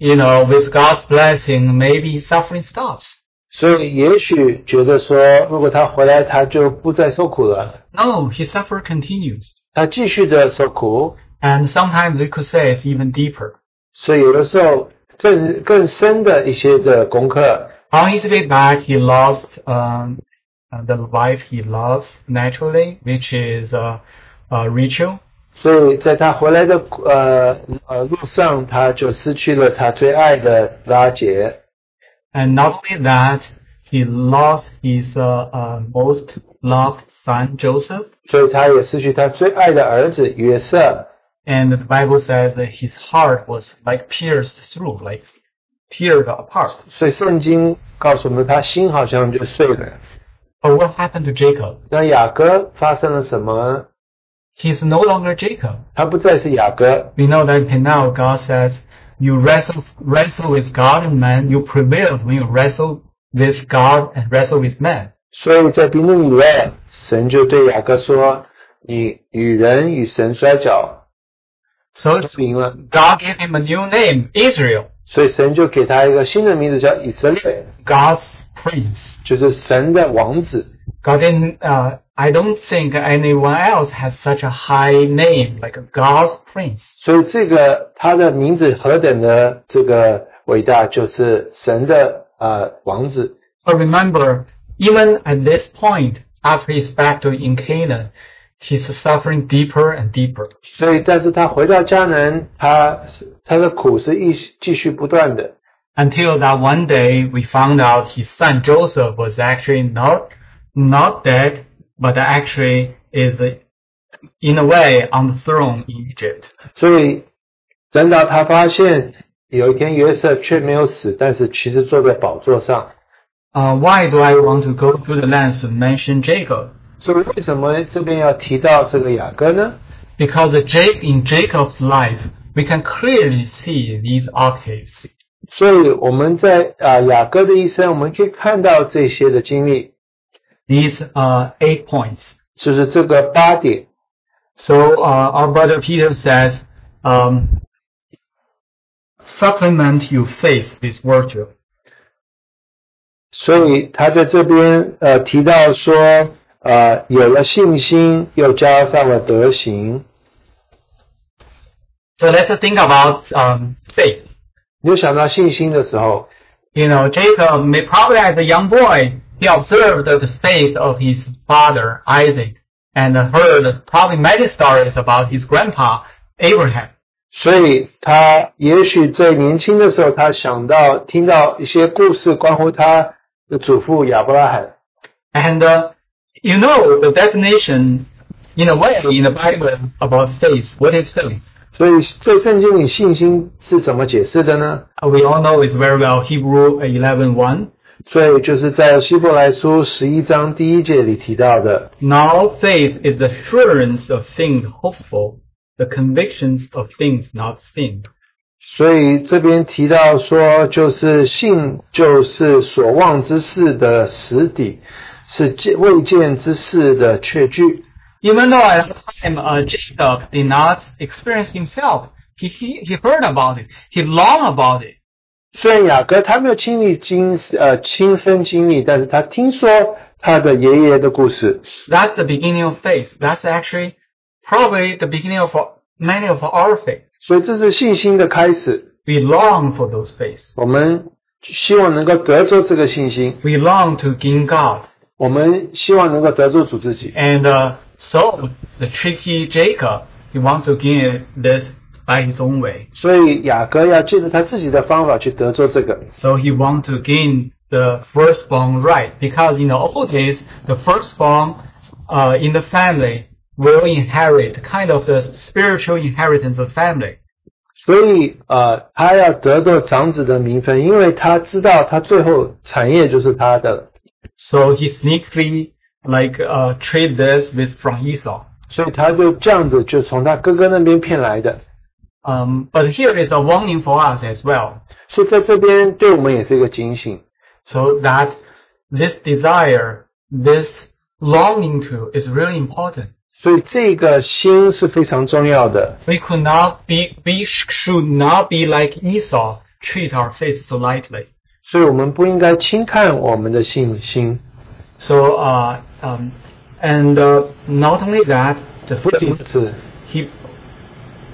Speaker 2: you know, with God's blessing, maybe his suffering stops.
Speaker 1: 所以也许觉得说，如果他回来，他就不再受苦了，
Speaker 2: No, his suffering continues.
Speaker 1: 他继续的受苦。
Speaker 2: And sometimes we could say it's even deeper.
Speaker 1: 所以有的时候更更深的一些的功课，
Speaker 2: On his way back, he lost um, uh, the wife he loves naturally, which is uh, uh, Rachel.
Speaker 1: 所以在他回来的呃呃路上，他就失去了他最爱的拉杰，
Speaker 2: And not only that, he lost his uh, uh, most loved son, Joseph.
Speaker 1: 所以他也失去他最爱的儿子约瑟。
Speaker 2: And the Bible says that his heart was like pierced through, like teared apart.
Speaker 1: 所以圣经告诉我们，他心好像就碎了。
Speaker 2: But what happened to Jacob?
Speaker 1: 那雅各发生了什么？
Speaker 2: He's no longer Jacob.
Speaker 1: 他不再是雅各，
Speaker 2: We know that in now God says, you wrestle, wrestle with God and man, you prevail when you wrestle with God and wrestle with man.
Speaker 1: 所以在评论以外，神就对雅各说：“你与人与神摔跤，
Speaker 2: So
Speaker 1: 不赢了。
Speaker 2: God gave him a new name, Israel, ”
Speaker 1: 所以神就给他一个新的名字，叫以色列，
Speaker 2: God's prince.
Speaker 1: 就是神的王子。
Speaker 2: God didn't, uh, I don't think anyone else has such a high name, like God's prince.
Speaker 1: 所以这个他的名字何等的这个伟大，就是神的呃王子。
Speaker 2: But remember, even at this point, after his battle in Canaan, he's suffering deeper and deeper.
Speaker 1: 所以，但是他回到迦南，他他的苦是一继续不断的，
Speaker 2: Until that one day, we found out his son Joseph was actually not, not dead, but actually is, uh, in a way, on the throne in Egypt.
Speaker 1: 所以，等到他发现有一天约瑟却没有死，但是其实坐在宝座上。
Speaker 2: Uh, why do I want to go through the lens to mention Jacob?
Speaker 1: 所以，为什么这边要提到这个雅各呢？
Speaker 2: Because Jake, in Jacob's life, we can clearly see these octaves.
Speaker 1: 所以我们在啊、呃雅各的一生，我们可以看到这些的经历，
Speaker 2: These uh, eight points.
Speaker 1: 就是这个八点。
Speaker 2: So uh, our brother Peter says, um, supplement your faith with virtue.
Speaker 1: 所以他在这边呃提到说，呃，有了信心，又加上了德行。
Speaker 2: So let's think about um, faith.
Speaker 1: 你就想到信心的时候，
Speaker 2: You know, Jacob, may probably as a young boy, he observed the faith of his father Isaac and heard probably many stories about his grandpa Abraham.
Speaker 1: 所以他也许在年轻的时候，他想到听到一些故事关乎他的祖父亚伯拉罕。
Speaker 2: And uh, you know the definition, in a way, in the Bible about faith. What is faith?
Speaker 1: 所以在圣经里，信心是怎么解释的呢？
Speaker 2: Uh, We all know it very well. Hebrew 11:1.
Speaker 1: 所以就是在希伯来书十一章第一节里提到的，
Speaker 2: Now faith is the assurance of things hopeful, the convictions of things not seen.
Speaker 1: 所以这边提到说，就是信就是所望之事的实底，是见未见之事的确据。
Speaker 2: Even though at the time uh, Jacob did not experience himself, He, he, he heard about it. He longed about it.
Speaker 1: 虽然雅各他没有亲历经呃亲身经历，但是他听说他的爷爷的故事，
Speaker 2: That's the beginning of faith. That's actually probably the beginning of many of our faith.
Speaker 1: 所以这是信心的开始。
Speaker 2: We long for those faiths.
Speaker 1: 我们希望能够得着这个信心，
Speaker 2: We long to gain God.
Speaker 1: 我们希望能够得住主自己。
Speaker 2: And uh, so the tricky Jacob, he wants to gain this by his own way.
Speaker 1: 所以雅各要借着他自己的方法去得着这个，
Speaker 2: So he wants to gain the firstborn right because in the old days, the firstborn uh, in the family will inherit kind of the spiritual inheritance of family.
Speaker 1: 所以呃，他要得到长子的名分，因为他知道他最后产业就是他的了，
Speaker 2: So he sneakily like uh, trade this with from Esau.
Speaker 1: 所以他就这样子就从他哥哥那边骗来的。
Speaker 2: Um, but here is a warning for us as well.
Speaker 1: 所以在这边对我们也是一个警醒，
Speaker 2: So that this desire, this longing to is really important.
Speaker 1: 所以这个心是非常重要的。
Speaker 2: We could not be, we sh- should not be like Esau, treat our faith so lightly.
Speaker 1: 所以我们不应该轻看我们的信心。
Speaker 2: So, uh, um, and uh, not only that, the
Speaker 1: 不仅
Speaker 2: Buddhist,
Speaker 1: 此，
Speaker 2: he,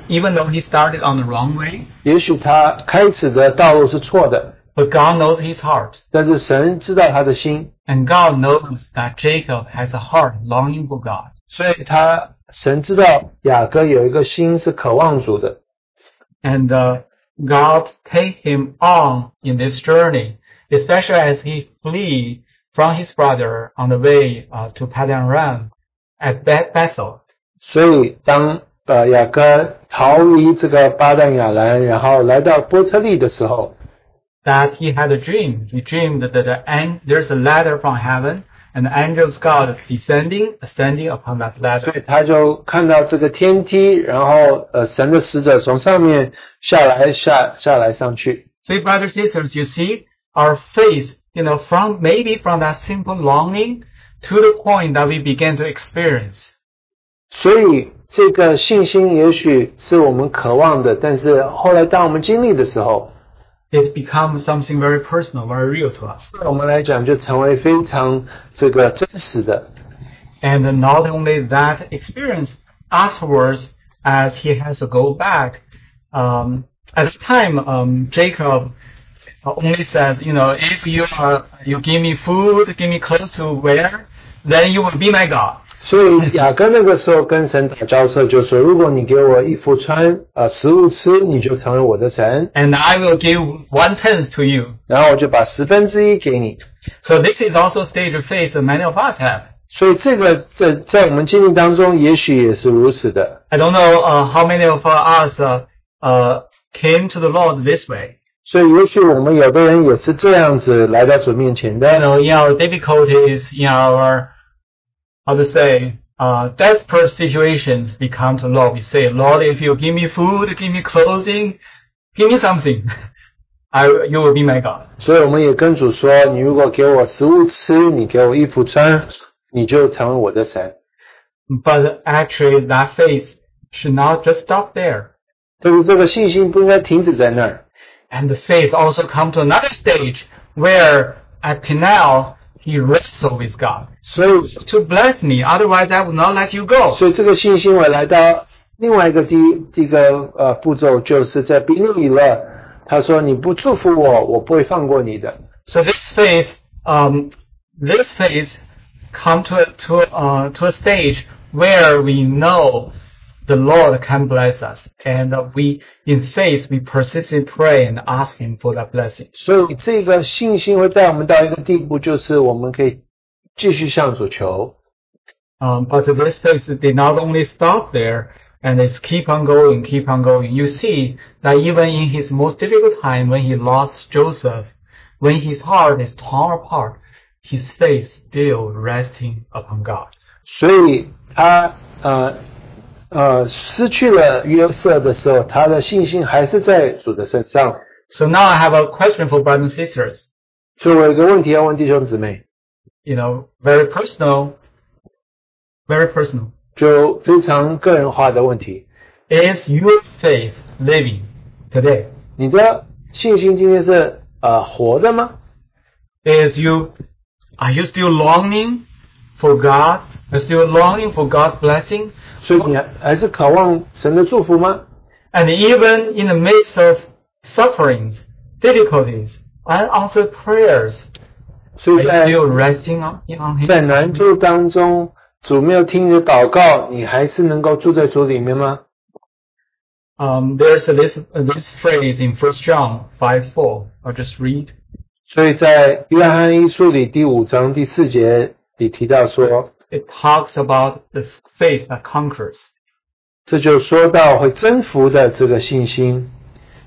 Speaker 2: even though he started on the wrong way,
Speaker 1: 也许他开始的道路是错的，
Speaker 2: but God knows his heart.
Speaker 1: 但是神知道他的心，
Speaker 2: And God knows that Jacob has a heart longing for God.
Speaker 1: 所以他神知道雅各有一个心是渴望主的，
Speaker 2: And uh, God take him on in this journey, especially as he flee from his brother on the way uh, to Padan Aram at Beth- Bethel.
Speaker 1: 所以当呃雅各逃离这个巴旦亚兰，然后来到波特利的时候，
Speaker 2: that he had a dream. He dreamed that the an- there's a ladder from heaven, and the angels of God descending, ascending upon that
Speaker 1: 所
Speaker 2: ladder.
Speaker 1: 以他就看到这个天梯，然后呃神的使者从上面下来下下来上去，
Speaker 2: So, brothers and sisters, you see our faith, you know, from maybe from that simple longing to the point that we begin to experience.
Speaker 1: 所以这个信心也许是我们渴望的，但是后来当我们经历的时候，
Speaker 2: It becomes something very personal, very real to us.
Speaker 1: 对我们来讲就成为非常这个真实的。
Speaker 2: And not only that experience, afterwards, as he has to go back, um, at the time, um, Jacob only says, you know, if you are, you give me food, give me clothes to wear, then you will be my God.
Speaker 1: 所以雅各那个时候跟神打交涉，就说：“如果你给我衣服穿，呃，食物吃，你就成为我的神。
Speaker 2: And I will give one tenth to you.
Speaker 1: 然后我就把十分之一给你。
Speaker 2: So this is also a stage of faith that many of us have. ”
Speaker 1: 所以这个在在我们经历当中，也许也是如此的。
Speaker 2: I don't know uh, how many of us uh, uh, came to the Lord this way.
Speaker 1: 所以也许我们有的人也是这样子来到主面前
Speaker 2: you
Speaker 1: 的。
Speaker 2: know, in our difficulties, in our, how to say, uh, desperate situations, we come to Lord. We say, Lord, if you give me food, give me clothing, give me something, I, you will be my God.
Speaker 1: 所以我们也跟主说：“你如果给我食物吃，你给我衣服穿，你就成为我的神。
Speaker 2: But actually, that faith should not just stop there. ”
Speaker 1: 但是这个信心不应该停止在那儿。
Speaker 2: And the faith also come to another stage where at Penel, he wrestled with God
Speaker 1: 所以
Speaker 2: to bless me. Otherwise, I will not let you go.
Speaker 1: 所以这个信心我来到另外一个第一这个呃步骤，就是在比利以勒，他说你不祝福我，我不会放过你的。
Speaker 2: So this phase, um, this phase, come to a, to a, uh, to a stage where we know the Lord can bless us, and uh, we in faith we persistently pray and ask Him for that blessing.
Speaker 1: 所以这个信心会带我们到一个地步，就是我们可以继续向主求。
Speaker 2: Um, but this phase did not only stop there, and it's keep on going, keep on going. You see that even in his most difficult time, when he lost Joseph, when his heart is torn apart, his faith still resting upon God.
Speaker 1: 所以他呃呃失去了约瑟的时候，他的信心还是在主的身上。
Speaker 2: So now I have a question for brothers and sisters.
Speaker 1: 所以我有一个问题要问弟兄姊妹，
Speaker 2: You know, very personal, very personal.
Speaker 1: 就非常个人化的问题。
Speaker 2: Is your faith living today
Speaker 1: 你的信心今天是呃活的吗？
Speaker 2: is you are you still longing for God? Are you still longing for God's blessing?
Speaker 1: 所以你还还是渴望神的祝福吗？
Speaker 2: And even in the midst of sufferings, difficulties, unanswered prayers,
Speaker 1: 所
Speaker 2: are
Speaker 1: 以
Speaker 2: you
Speaker 1: 在
Speaker 2: still resting on, on Him?
Speaker 1: 在难处当中，主没有听你的祷告，你还是能够住在主里面吗？
Speaker 2: Um, there's this this phrase in First John five four. I'll just read.
Speaker 1: 所以在约翰一书里第五章第四节里提到说，
Speaker 2: It talks about the faith that conquers.
Speaker 1: 这就说到会征服的这个信心。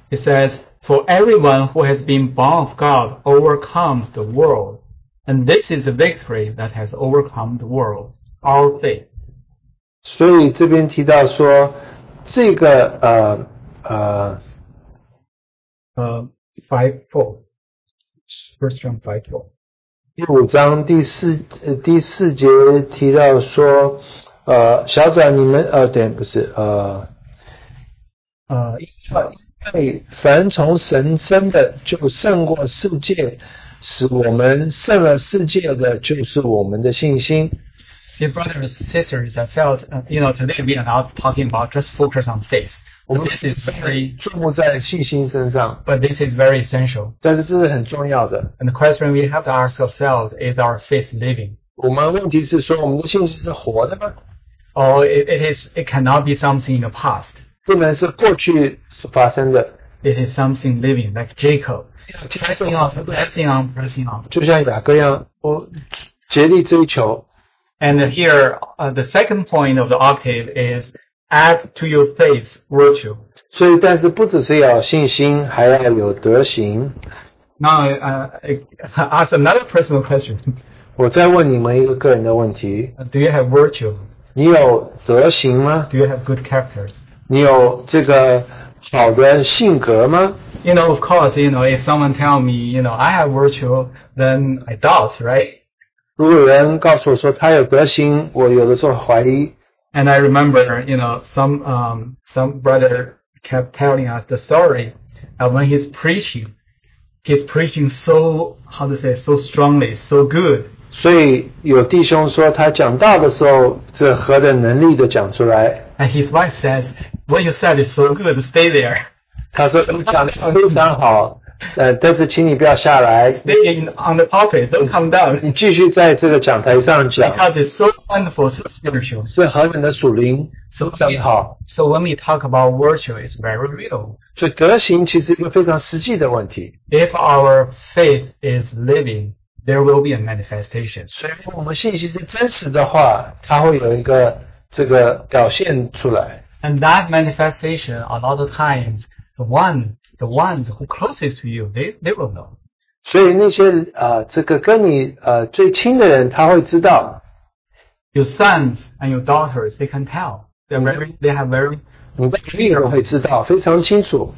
Speaker 2: It says, For everyone who has been born of God overcomes the world, and this is the victory that has overcome the world, our faith.
Speaker 1: 所以这边提到说，这个呃呃，
Speaker 2: Uh, 5 4. First John 5 4.
Speaker 1: 第五章第四呃第四节提到说，呃，小展你们呃对不是呃
Speaker 2: Uh,
Speaker 1: 对，凡从神生的就胜过世界，使我们胜了世界的就是我们的信心。
Speaker 2: dear brothers and sisters, I felt, uh, you know, today we are not talking about just focus on faith.
Speaker 1: 我们
Speaker 2: This is very,
Speaker 1: 注目在信心身上，
Speaker 2: but this is very essential.
Speaker 1: 但是这是很重要的。
Speaker 2: And the question we have to ask ourselves is our faith living?
Speaker 1: 我们问题是说，我们的信心是活的吗？
Speaker 2: Or it, it is, it cannot be something in the past.
Speaker 1: 不能是过去所发生的，
Speaker 2: It is something living, like Jacob. pressing on, pressing on, pressing on.
Speaker 1: 就像雅各一样，我竭力追求。
Speaker 2: And here, uh, the second point of the octave is add to your faith virtue.
Speaker 1: 所以，但是不只是要有信心，还要有德行。
Speaker 2: Now, uh, I ask another personal question.
Speaker 1: 我再问你们一个个人的问题：
Speaker 2: Do you have virtue?
Speaker 1: 你有德行吗？
Speaker 2: Do you have good characters?
Speaker 1: 你有这个好的性格吗？
Speaker 2: You know, of course, you know, if someone tell me, you know, I have virtue, then I doubt, right?
Speaker 1: 如果有人告诉我说他有德行，我有的时候怀疑。
Speaker 2: And I remember, you know, some, um, some brother kept telling us the story of when he's preaching. He's preaching so, how to say, so strongly, so good.
Speaker 1: 所以有弟兄说他讲道的时候，这何等能力的讲出来。
Speaker 2: And his wife says, What you said is so good, stay there.
Speaker 1: 他说你讲的非常好，呃，但是请你不要下来，
Speaker 2: Stay in, on the pulpit, don't come down.
Speaker 1: 你继续在这个讲台上讲，
Speaker 2: Because it's so wonderful, so spiritual.
Speaker 1: 是何等的属灵，
Speaker 2: So,
Speaker 1: 非常好。
Speaker 2: so when we talk about virtue, it's very real.
Speaker 1: 所以德行其实一个非常实际的问题。
Speaker 2: If our faith is living, there will be a manifestation.
Speaker 1: 所以我们信息是真实的话，它会有一个这个表现出来。
Speaker 2: And that manifestation, a lot of times, the one, the ones who closest to you, they, they will know.
Speaker 1: 所以那些呃，这个跟你呃最亲的人，他会知道
Speaker 2: Your sons and your daughters, they can tell. They're very, they have very
Speaker 1: 你的亲人会知道，非常清楚。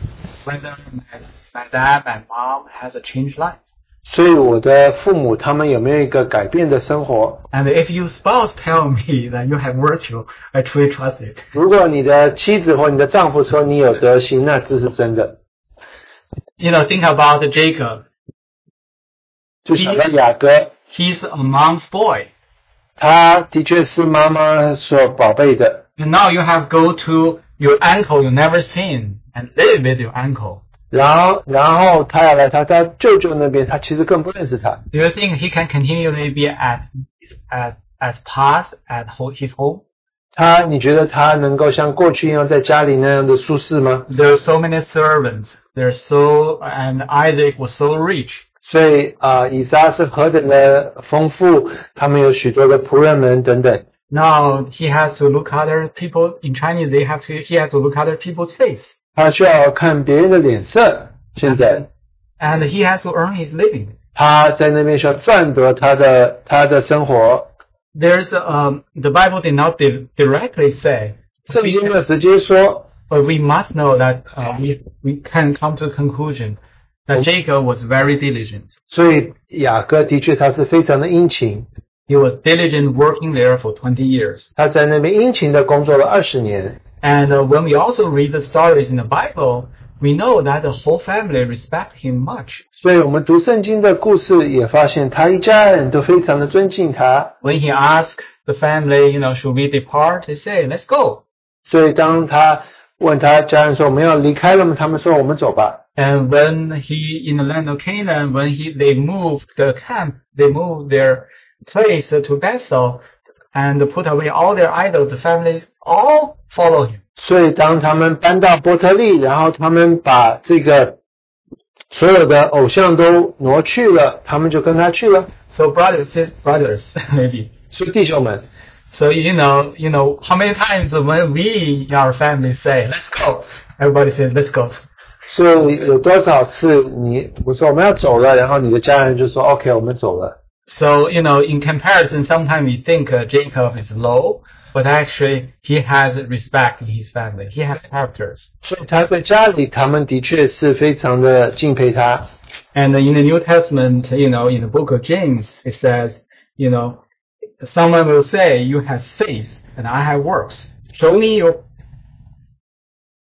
Speaker 2: whether my, my dad, my mom has a changed life.
Speaker 1: 所以我的父母他们有没有一个改变的生活？
Speaker 2: And if your spouse tell me that you have virtue, I truly trust it.
Speaker 1: 如果你的妻子或你的丈夫说你有德行，那这是真的。
Speaker 2: You know, think about Jacob.
Speaker 1: 就想到雅各，
Speaker 2: He's a mom's boy.
Speaker 1: 他的确是妈妈所宝贝的。
Speaker 2: And now you have go to your uncle you never seen and live with your uncle.
Speaker 1: 然后，然后他要来他他舅舅那边，他其实更不认识他。
Speaker 2: Do you think he can continually be at at as past at ho- his home?
Speaker 1: 他，你觉得他能够像过去一样在家里那样的舒适吗？
Speaker 2: There are so many servants. There's so and Isaac was so rich.
Speaker 1: 所以啊、呃以撒是何等的丰富，他们有许多的仆人们等等。
Speaker 2: Now he has to look other people in Chinese. They have to he has to look other people's face.
Speaker 1: 他需要看别人的脸色。现在
Speaker 2: and he has to earn his living.
Speaker 1: 他在那边需要赚得他的他的生活。
Speaker 2: There's um, the Bible did not di- directly say,
Speaker 1: 圣经没有直接说，
Speaker 2: but we must know that uh, we we can come to a conclusion that Jacob was very diligent.
Speaker 1: 所以雅各的确他是非常的殷勤，
Speaker 2: He was diligent working there for 20 years,
Speaker 1: 他在那边殷勤的工作了二十年。
Speaker 2: And uh, when we also read the stories in the Bible, we know that the whole family respect him much.
Speaker 1: 所以我们读圣经的故事也发现，他一家人都非常的尊敬他。
Speaker 2: When he asked the family, you know, should we depart? They say, let's go.
Speaker 1: 所以当他问他家人说我们要离开了吗？他们说我们走吧。
Speaker 2: And when he in the land of Canaan, when he they moved the camp, they moved their place to Bethel, and put away all their idols. The families all follow him.
Speaker 1: 所以当他们搬到伯特利，然后他们把这个所有的偶像都挪去了，他们就跟他去了。
Speaker 2: So brothers, sis- brothers, maybe.
Speaker 1: 所以弟兄们，
Speaker 2: So you know, you know, how many times when we in our family say, "Let's go," everybody says, "Let's go."
Speaker 1: 所以有多少次你我说我们要走了，然后你的家人就说 OK，我们走了。
Speaker 2: So you know, in comparison, sometimes we think uh, Jacob is low, but actually he has respect in his family. He has characters.
Speaker 1: 所以他在家里，他们的确是非常的敬佩他。
Speaker 2: And in the New Testament, you know, in the book of James, it says, you know, someone will say, "You have faith, and I have works. Show me your,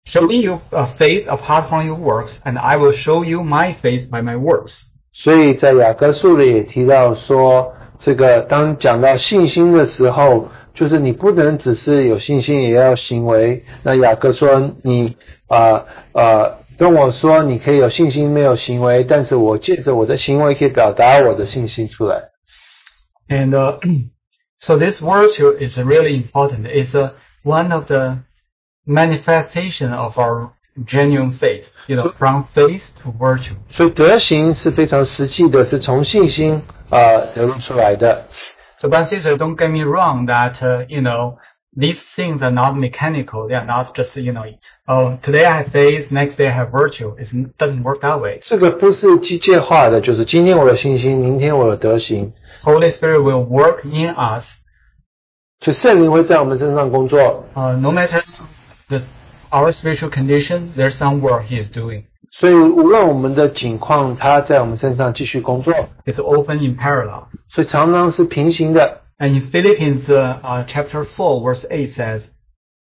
Speaker 2: show me your uh, faith apart from your works, and I will show you my faith by my works."
Speaker 1: 所以在雅各书里也提到说，这个当讲到信心的时候，就是你不能只是有信心，也要行为。那雅各说，你啊呃跟我说你可以有信心，没有行为，但是我借着我的行为可以表达我的信心出来。
Speaker 2: And uh, so this virtue is really important. It's uh, one of the manifestation of our genuine faith. You know, from faith to virtue.
Speaker 1: 所以德行是非常实际的，是从信心啊、呃流露出来的。
Speaker 2: So, but sister, don't get me wrong that, uh, you know, these things are not mechanical. They are not just, you know, oh, today I have faith, next day I have virtue. It doesn't work that way.
Speaker 1: 这个不是机械化的，就是今天我有信心，明天我有德行，
Speaker 2: Holy Spirit will work in us,
Speaker 1: 所以圣灵会在我们身上工作。
Speaker 2: uh, no matter this, our spiritual condition, there's some work He is doing.
Speaker 1: 所以无论我们的境况，他在我们身上继续工作，
Speaker 2: It's often in parallel.
Speaker 1: 所以常常是平行的。
Speaker 2: And in Philippians uh, uh, chapter 4, verse 8 says,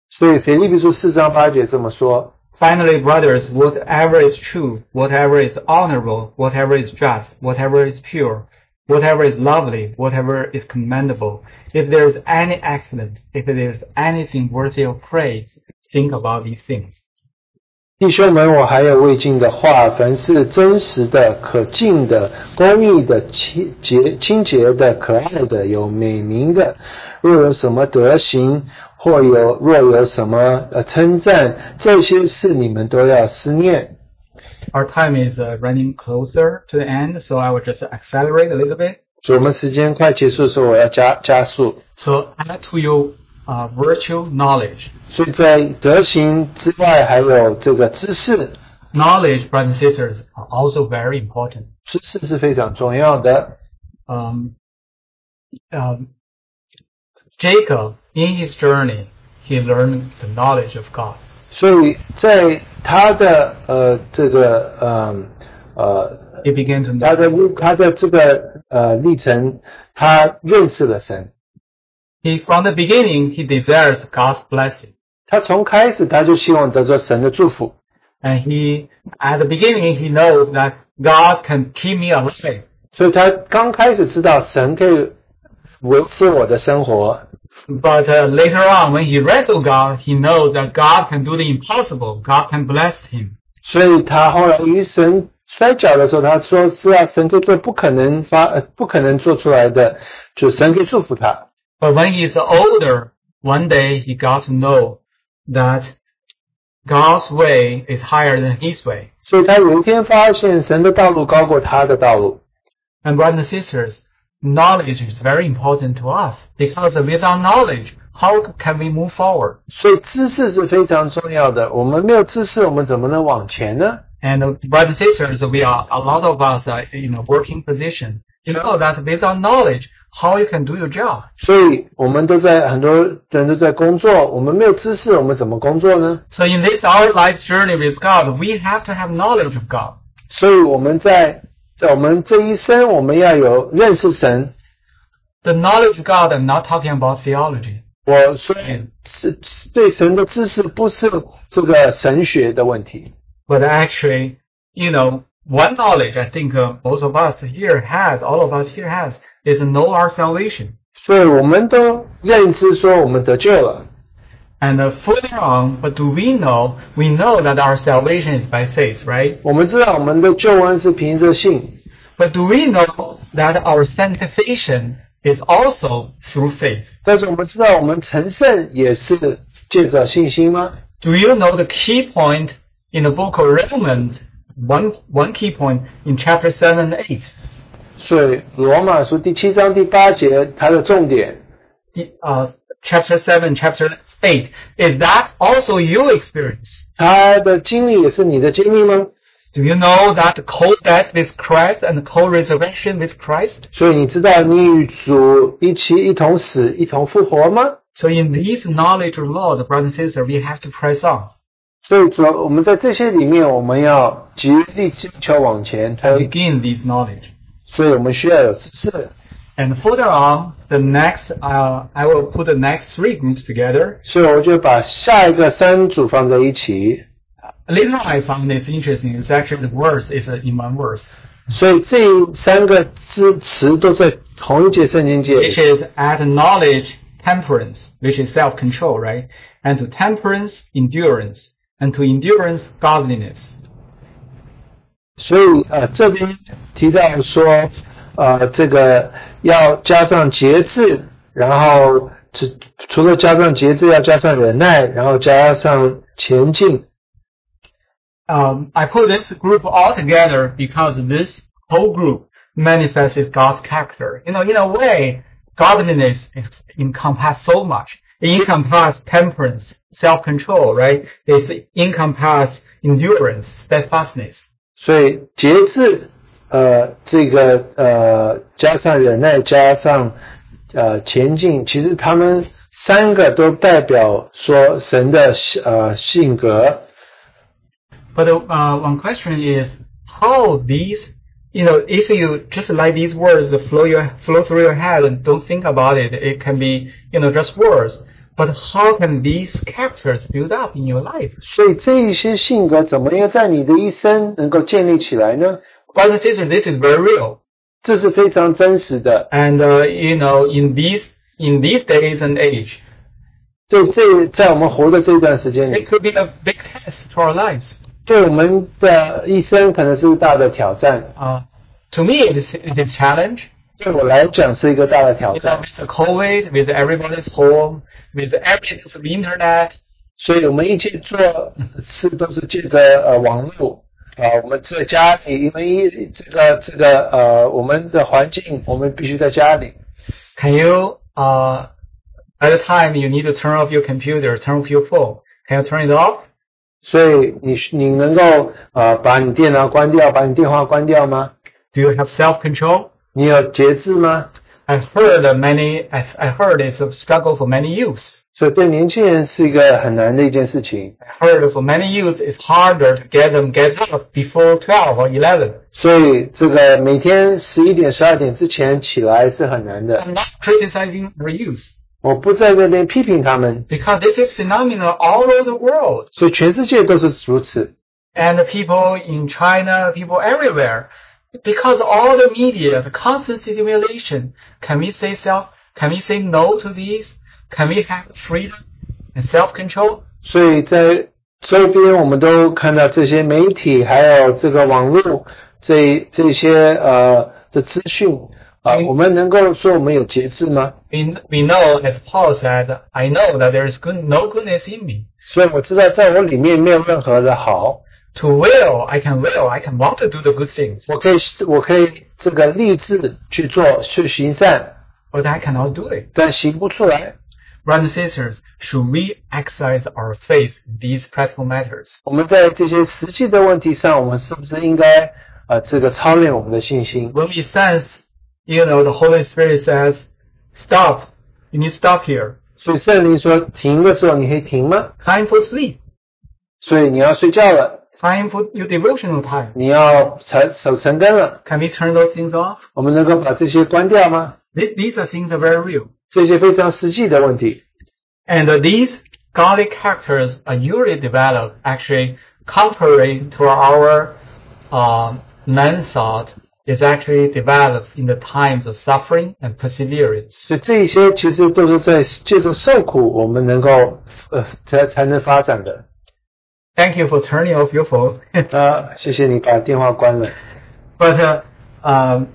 Speaker 1: 所以腓立比书四章八节这么说：
Speaker 2: Finally, brothers, whatever is true, whatever is honorable, whatever is just, whatever is pure, whatever is lovely, whatever is commendable, if there is any excellence, if there is anything worthy of praise, think about these things.
Speaker 1: 弟兄们，我还有未尽的话，凡是真实的、可敬的、公义的、清洁、清洁的、可爱的、有美名的，若有什么德行，或有若有什么呃称赞，这些事你们都要思念。
Speaker 2: Our time is uh, running closer to the end, so I will just accelerate a little bit.
Speaker 1: 所以我们时间快结束的时候，我要加加速。
Speaker 2: So add to your uh, virtue knowledge.
Speaker 1: 所以在德行之外，还有这个知识，
Speaker 2: Knowledge, brothers and sisters, are also very important.
Speaker 1: 知识是非常重要的。
Speaker 2: um, um, Jacob, in his journey, he learned the knowledge of God.
Speaker 1: 所以在他的呃这个嗯呃
Speaker 2: He began to
Speaker 1: 他
Speaker 2: know.
Speaker 1: 的他的这个呃历程，他认识了神。
Speaker 2: He, from the beginning, he desires God's blessing.
Speaker 1: 他从开始他就希望得到神的祝福，
Speaker 2: And he, at the beginning, he knows that God can keep me alive.
Speaker 1: 所以他刚开始知道神可以维持我的生活，
Speaker 2: But uh, later on, when he wrestled God, he knows that God can do the impossible. God can bless him.
Speaker 1: 所以他后来与神摔跤的时候，他说是啊，神做做不可能发、呃不可能做出来的，就神可以祝福他。
Speaker 2: But when he's older, one day he got to know that God's way is higher than his way.
Speaker 1: 所以他有一天发现神的道路高过他的道路，
Speaker 2: And brothers and sisters, knowledge is very important to us because without knowledge, how can we move forward?
Speaker 1: 所以知识是非常重要的。我们没有知识，我们怎么能往前呢？
Speaker 2: And uh, brothers and sisters, we are a lot of us are in a working position. You know that without knowledge, how you can do your job?
Speaker 1: 所以我们都在很多人都在工作，我们没有知识，我们怎么工作呢？
Speaker 2: So in this our life's journey with God, we have to have knowledge of God.
Speaker 1: 所以我们在在我们这一生，我们要有认识神。
Speaker 2: The knowledge of God, I'm not talking about theology.
Speaker 1: 我虽然是是对神的知识不是这个神学的问题，
Speaker 2: But actually, you know, one knowledge I think uh, both of us here has, all of us here has, is know our salvation.
Speaker 1: 所以我们都认知说我们得救了。
Speaker 2: And uh, further on, what do we know? We know that our salvation is by faith, right?
Speaker 1: 我们知道我们的救恩是凭着信，
Speaker 2: But do we know that our sanctification is also through faith?
Speaker 1: 但是我们知道我们成圣也是借着信心吗？
Speaker 2: Do you know the key point in the book of Romans? One one key point in chapter seven and eight.
Speaker 1: 所以罗马书第七章第八节它的重点，
Speaker 2: Uh, chapter seven, chapter eight. Is that also your experience?
Speaker 1: 它的经历也是你的经历吗？
Speaker 2: Do you know that co-death with Christ and co-resurrection with Christ?
Speaker 1: 所以你知道你与主一起一同死，一同复活吗？
Speaker 2: So in this knowledge of Lord, brother and sister, we have to press on.
Speaker 1: 所以主，我们在这些里面，我们要极力追求往前，还有
Speaker 2: and，Begin this knowledge.
Speaker 1: 所以我们需要有知识。
Speaker 2: And further on, the next, uh, I will put the next three groups together.
Speaker 1: 所以我就把下一个三组放在一起。
Speaker 2: Later on, I found this interesting. It's actually the verse is uh, in one verse,
Speaker 1: 所以这三个支词都在同一节圣经节
Speaker 2: which is at knowledge temperance, which is self-control, right? And to temperance, endurance, and to endurance, godliness.
Speaker 1: 所以呃，这边提到说，呃，这个要加上节制，然后除除了加上节制，要加上忍耐，然后加上前进。
Speaker 2: um, I put this group all together because this whole group manifests God's character. You know, in a way, godliness is encompass so much. It encompasses temperance, self-control, right? It encompasses endurance, steadfastness.
Speaker 1: 所以节制，呃，这个呃，加上忍耐，加上呃前进，其实他们三个都代表说神的呃性格。
Speaker 2: But uh, one question is how these, you know, if you just let these words flow your flow through your head and don't think about it, it can be, you know, just words. But how can these characters build up in your life?
Speaker 1: 所以这一些性格怎么样在你的一生能够建立起来呢？
Speaker 2: Brothers and sisters, this is very real.
Speaker 1: 这是非常真实的。
Speaker 2: And uh, you know, in these in these days and age,
Speaker 1: 这这在我们活的这段时间
Speaker 2: it
Speaker 1: 里，
Speaker 2: could be a big test to our lives.
Speaker 1: 对我们的一生可能是大的挑战。
Speaker 2: Uh, to me, it is it is challenge.
Speaker 1: 对我来讲是一个大的挑
Speaker 2: You know,
Speaker 1: 战。
Speaker 2: with the COVID, with everybody's home, with everything from the internet,
Speaker 1: 所以我们一切做事都是借着呃网络啊、我们在家里，因为一这个这个呃我们的环境，我们必须在家里。
Speaker 2: can you uh, at the time you need to turn off your computer, turn off your phone, can you turn it off?
Speaker 1: 所以你你能够呃把你电脑关掉，把你电话关掉吗？
Speaker 2: Do you have self control?
Speaker 1: 你有节制吗？
Speaker 2: I heard that many. I, I heard it's a struggle for many youths.
Speaker 1: 所以对年轻人是一个很难的一件事情。
Speaker 2: heard for many years it's harder to get them get up before 12 or 11.
Speaker 1: 所以这个每天十一点、十二点之前起来是很难的。
Speaker 2: I'm not criticizing our youth
Speaker 1: 我不在那边批评他们，
Speaker 2: because this is phenomenon all over the world
Speaker 1: 所以全世界都是如此。
Speaker 2: and the people in China, people everywhere. Because all the media, the constant stimulation, can we say self? Can we say no to these? Can we have freedom and self-control?
Speaker 1: 所以在周边我们都看到这些媒体，还有这个网络这这些呃的资讯啊、
Speaker 2: 嗯
Speaker 1: 我们能够说我们有节制吗？
Speaker 2: We, we know, as Paul said, I know that there is good, no goodness in me.
Speaker 1: 所以我知道在我里面没有任何的好，
Speaker 2: To will, I can will, I can want to do the good things,
Speaker 1: 我可以我可以这个立志去做去行善，
Speaker 2: but I cannot do it.
Speaker 1: 但行不出来。
Speaker 2: Brothers and sisters, should we exercise our faith in these practical matters?
Speaker 1: 我们在这些实际的问题上，我们是不是应该呃这个操练我们的信心？
Speaker 2: When we sense, you know, the Holy Spirit says, stop, you need to stop here.
Speaker 1: 所以圣灵说停的时候，你可以停吗？
Speaker 2: Time for sleep,
Speaker 1: 所以你要睡觉了，
Speaker 2: time for your devotional time.
Speaker 1: 你要晨守晨灯了，
Speaker 2: Can we turn those things off?
Speaker 1: 我们能够把这些关掉吗？
Speaker 2: These, these are things that are very real.
Speaker 1: 这些非常实际的问题。
Speaker 2: And uh, these godly characters are usually developed actually contrary to our um, man thought is actually developed in the times of suffering and perseverance.
Speaker 1: 所以这一些其实都是在借着受苦，我们能够呃才才能发展的。
Speaker 2: Thank you for turning off your phone.
Speaker 1: 啊，谢谢你把电话关了。
Speaker 2: But uh, um,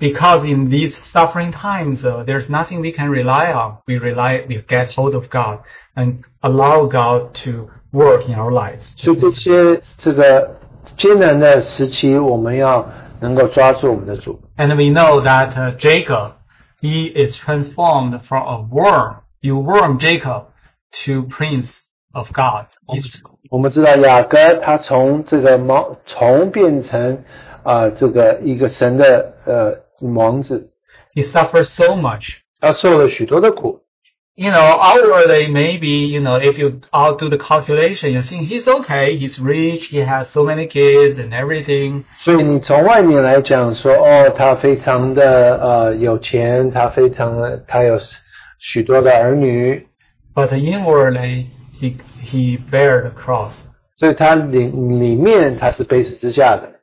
Speaker 2: because in these suffering times, uh, there's nothing we can rely on. We rely, we get hold of God and allow God to work in our lives.
Speaker 1: 所以这些这个艰难的时期，我们要能够抓住我们的主。
Speaker 2: And we know that uh, Jacob, he is transformed from a worm, you worm Jacob, to prince of God.
Speaker 1: 我们知道雅各他从这个毛虫变成啊、这个一个神的呃王子，
Speaker 2: He suffers so much.
Speaker 1: 他受了许多的苦。
Speaker 2: You know, outwardly maybe, you know, if you all do the calculation, you think he's okay, he's rich, he has so many kids and everything.
Speaker 1: 所以你从外面来讲说，哦，他非常的呃有钱，他非常的他有许多的儿女，
Speaker 2: But inwardly, he, he bear the cross.
Speaker 1: 所以他里里面他是背十字架的，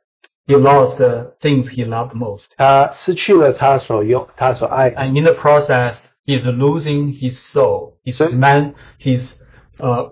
Speaker 2: He lost the things he loved most.
Speaker 1: 他失去了他所用他所爱的，
Speaker 2: and in the process he's losing his soul his
Speaker 1: So-
Speaker 2: man his uh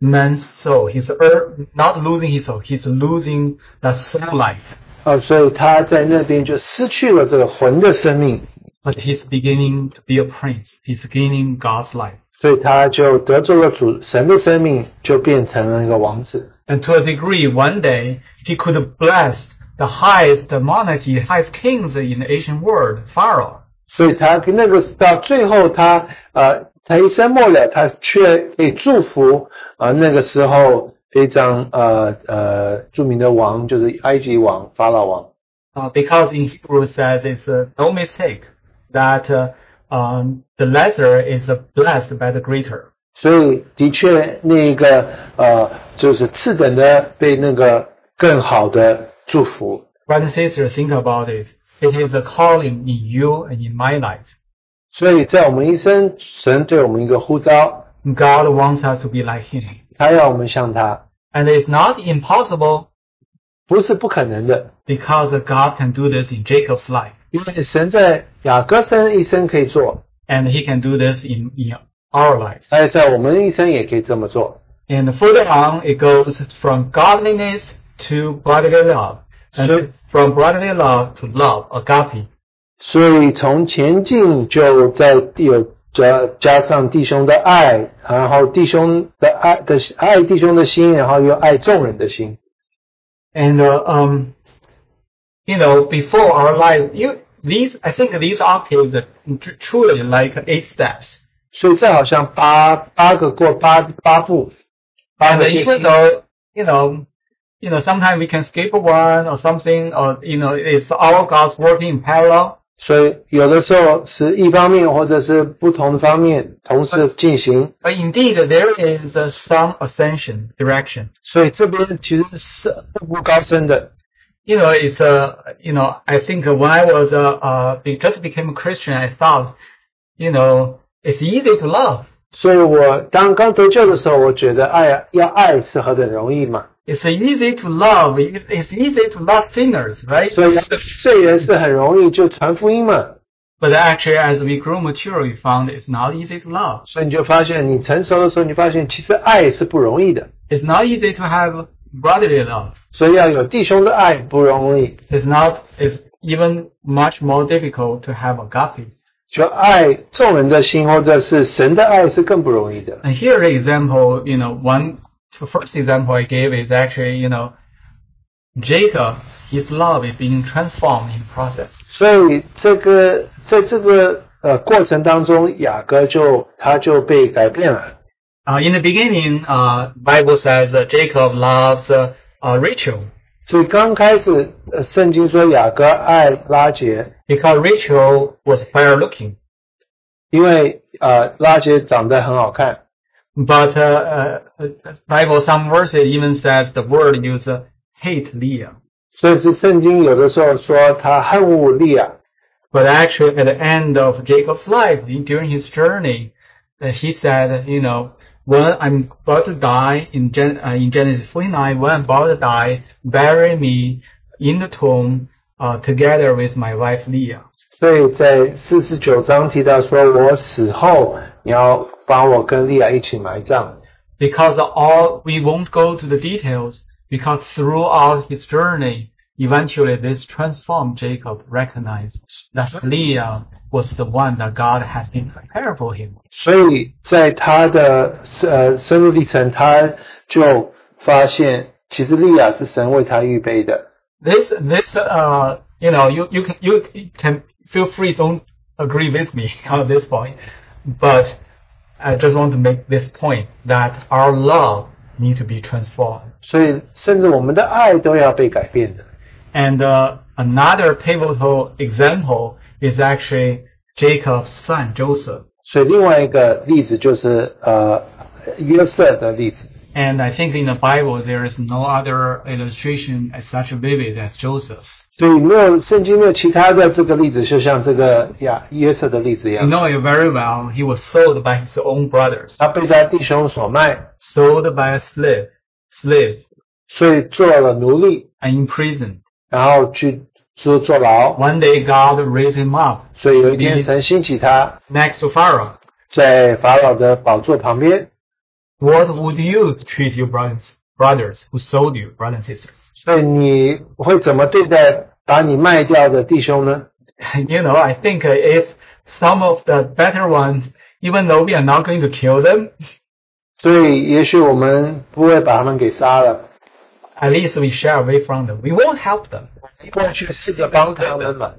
Speaker 2: man's soul his earth not losing his soul he's losing the soul life
Speaker 1: 呃，所以他在那边就失去了这个魂的生命，
Speaker 2: but he's beginning to be a prince he's gaining god's life
Speaker 1: 所以他就得罪了主神的生命，就变成了一个王子。
Speaker 2: and to a degree one day he could bless the highest monarchy highest kings in the ancient world pharaoh
Speaker 1: 所以他那个到最后他呃，他一生末了，他却可以祝福啊、呃那个时候非常呃呃著名的王就是埃及王法老王。
Speaker 2: uh, because in Hebrew says it's uh, no mistake that uh, um, the lesser is uh, blessed by the greater
Speaker 1: 所以的确，那个呃，就是次等的被那个更好的祝福。
Speaker 2: Brothers and sisters, think about it. It is a calling in you and in my life.
Speaker 1: 所以在我们一生，神对我们一个呼召，
Speaker 2: God wants us to be like Him.
Speaker 1: 他要我们像他，
Speaker 2: And it's not impossible
Speaker 1: 不是不可能的，
Speaker 2: because God can do this in Jacob's life.
Speaker 1: 因为神在雅各生一生可以做，
Speaker 2: And He can do this in, in our lives.
Speaker 1: 哎，在我们一生也可以这么做。
Speaker 2: And further on, it goes from godliness to brotherly love. And
Speaker 1: Sure.
Speaker 2: from brotherly love to love, agape.
Speaker 1: 所以从前进就在有加加上弟兄的爱，然后弟兄的爱的爱弟兄的心，然后又爱众人的心。
Speaker 2: And uh, um, you know, before our life, you these I think these octaves are tr- truly like eight steps.
Speaker 1: 所以这好像八八个过八八步，八
Speaker 2: And
Speaker 1: 个
Speaker 2: even though you know, you know, sometimes we can skip one or something, or you know, it's all God's working in parallel.
Speaker 1: 所以有的时候是一方面或者是不同的方面同时进行。
Speaker 2: But indeed, there is uh, some ascension direction.
Speaker 1: 所以这边其实是步步高升的。
Speaker 2: You know, it's uh, you know, I think when I was uh, uh be, just became a Christian, I thought, you know, it's easy to love.
Speaker 1: 所以我当刚得救的时候，我觉得爱要爱是何等容易嘛。
Speaker 2: It's easy to love. It- It's easy to love sinners, right?
Speaker 1: 所以罪人是很容易就传福音嘛。
Speaker 2: But actually, as we grow mature, we found it's not easy to love.
Speaker 1: 所以你就发现，你成熟的时候，你发现其实爱是不容易的，
Speaker 2: It's not easy to have brotherly love.
Speaker 1: 所以要有弟兄的爱不容易，
Speaker 2: It's not. It's even much more difficult to have agape.
Speaker 1: 就爱众人的心或者是神的爱是更不容易的。
Speaker 2: And here, the example, you know, one the first example I gave is actually, you know, Jacob, his love is being transformed in process.
Speaker 1: 所以这个在这个呃过程当中，雅各就他就被改变了。
Speaker 2: Uh, in the beginning, uh, Bible says that Jacob loves uh, uh, Rachel.
Speaker 1: 所以刚开始，呃圣经说雅各爱拉杰，
Speaker 2: because Rachel was fair looking.
Speaker 1: 因为呃拉杰长得很好看，
Speaker 2: But uh, uh, uh, Bible some verses even says the word used uh, hate Leah.
Speaker 1: 所以是圣经有的时候说他恨恶利亚。
Speaker 2: But actually, at the end of Jacob's life, during his journey, uh, he said, you know, when I'm about to die in, Gen- uh, in Genesis 49, when I'm about to die, bury me in the tomb uh, together with my wife Leah.
Speaker 1: 所以在四十九章提到说，我死后你要帮我跟利亚一起埋葬。
Speaker 2: Because all we won't go to the details, because throughout his journey, eventually this transformed Jacob recognized that Leah was the one that God has been prepared for him.
Speaker 1: 所以在他的呃生命历程，他就发现，其实利亚是神为他预备的。
Speaker 2: This this uh you know you you can you can feel free don't agree with me on this point, but I just want to make this point that our love needs to be transformed.
Speaker 1: 所以，甚至我们的爱都要被改变的。
Speaker 2: And uh, another pivotal example is actually Jacob's son Joseph.
Speaker 1: 所以，另外一个例子就是呃约瑟的例子。
Speaker 2: And I think in the Bible there is no other illustration as such vivid as Joseph.
Speaker 1: 所以，没有圣经没有其他的这个例子，就像这个呀约瑟的例子一
Speaker 2: You
Speaker 1: 样，
Speaker 2: know it very well. He was sold by his own brothers,
Speaker 1: 他被他弟兄所卖，
Speaker 2: sold by a slave, slave,
Speaker 1: 所以做了奴隶，
Speaker 2: and imprisoned.
Speaker 1: 然后去坐坐牢。
Speaker 2: One day God raised him up
Speaker 1: 所以有一天，神兴起他，
Speaker 2: next to Pharaoh.
Speaker 1: 在法老的宝座旁边，
Speaker 2: What would you treat your brothers, brothers who sold you, brothers and sisters?
Speaker 1: 所以你会怎么对待把你卖掉的弟兄呢？
Speaker 2: you know, I think uh, if some of the better ones, even though we are not going to kill them,
Speaker 1: 所以也许我们不会把他们给杀了，
Speaker 2: at least we shy away from them. We won't help them.
Speaker 1: 过去试着帮他们嘛。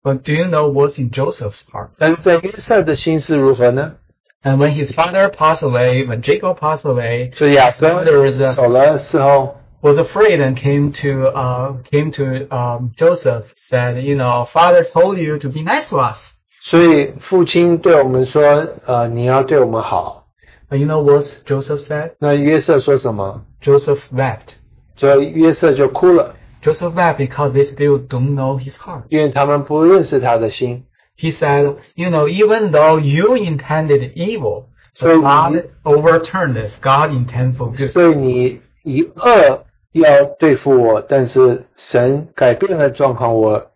Speaker 2: But do you know what's in Joseph's heart?
Speaker 1: 但是在约瑟的心是如何呢？
Speaker 2: And when his father passed away, when Jacob passed away,
Speaker 1: 所以亚
Speaker 2: his
Speaker 1: 瑟
Speaker 2: brother was, uh,
Speaker 1: 走了之后，
Speaker 2: was afraid and came to uh, came to um, Joseph, said, you know, father told you to be nice to us.
Speaker 1: 所以父亲对我们说：“呃，你要对我们好。
Speaker 2: But you know what Joseph said? ”
Speaker 1: 那约瑟说什么？
Speaker 2: Joseph wept.
Speaker 1: 所以约瑟就哭了，
Speaker 2: Joseph wept because they still don't know his heart.
Speaker 1: 因为他们不认识他的心。
Speaker 2: He said, you know, even though you intended evil, but
Speaker 1: So-
Speaker 2: God overturned this. God intended for good.
Speaker 1: 所以你以恶要对付我，但是神改变了状况，我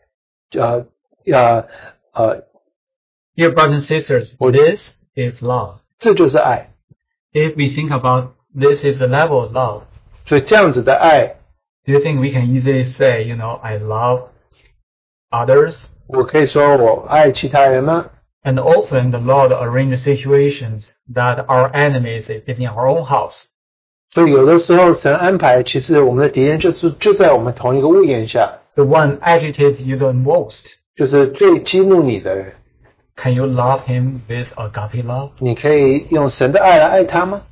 Speaker 1: 呃呃呃，
Speaker 2: Dear brothers and sisters,
Speaker 1: Or-
Speaker 2: this is love.
Speaker 1: 这就是爱。
Speaker 2: If we think about this is the level of love,
Speaker 1: 所以这样子的爱，
Speaker 2: do you think we can easily say, you know, I love others?
Speaker 1: 我可以说我爱其他人吗？
Speaker 2: And often the Lord arranges situations that our enemies is in our own house.
Speaker 1: 所以有的时候神安排，其实我们的敌人就是就在我们同一个屋檐下，
Speaker 2: The one agitates you the most.
Speaker 1: 就是最激怒你的人。
Speaker 2: Can you love him with agape love?
Speaker 1: 你可以用神的爱来爱他吗？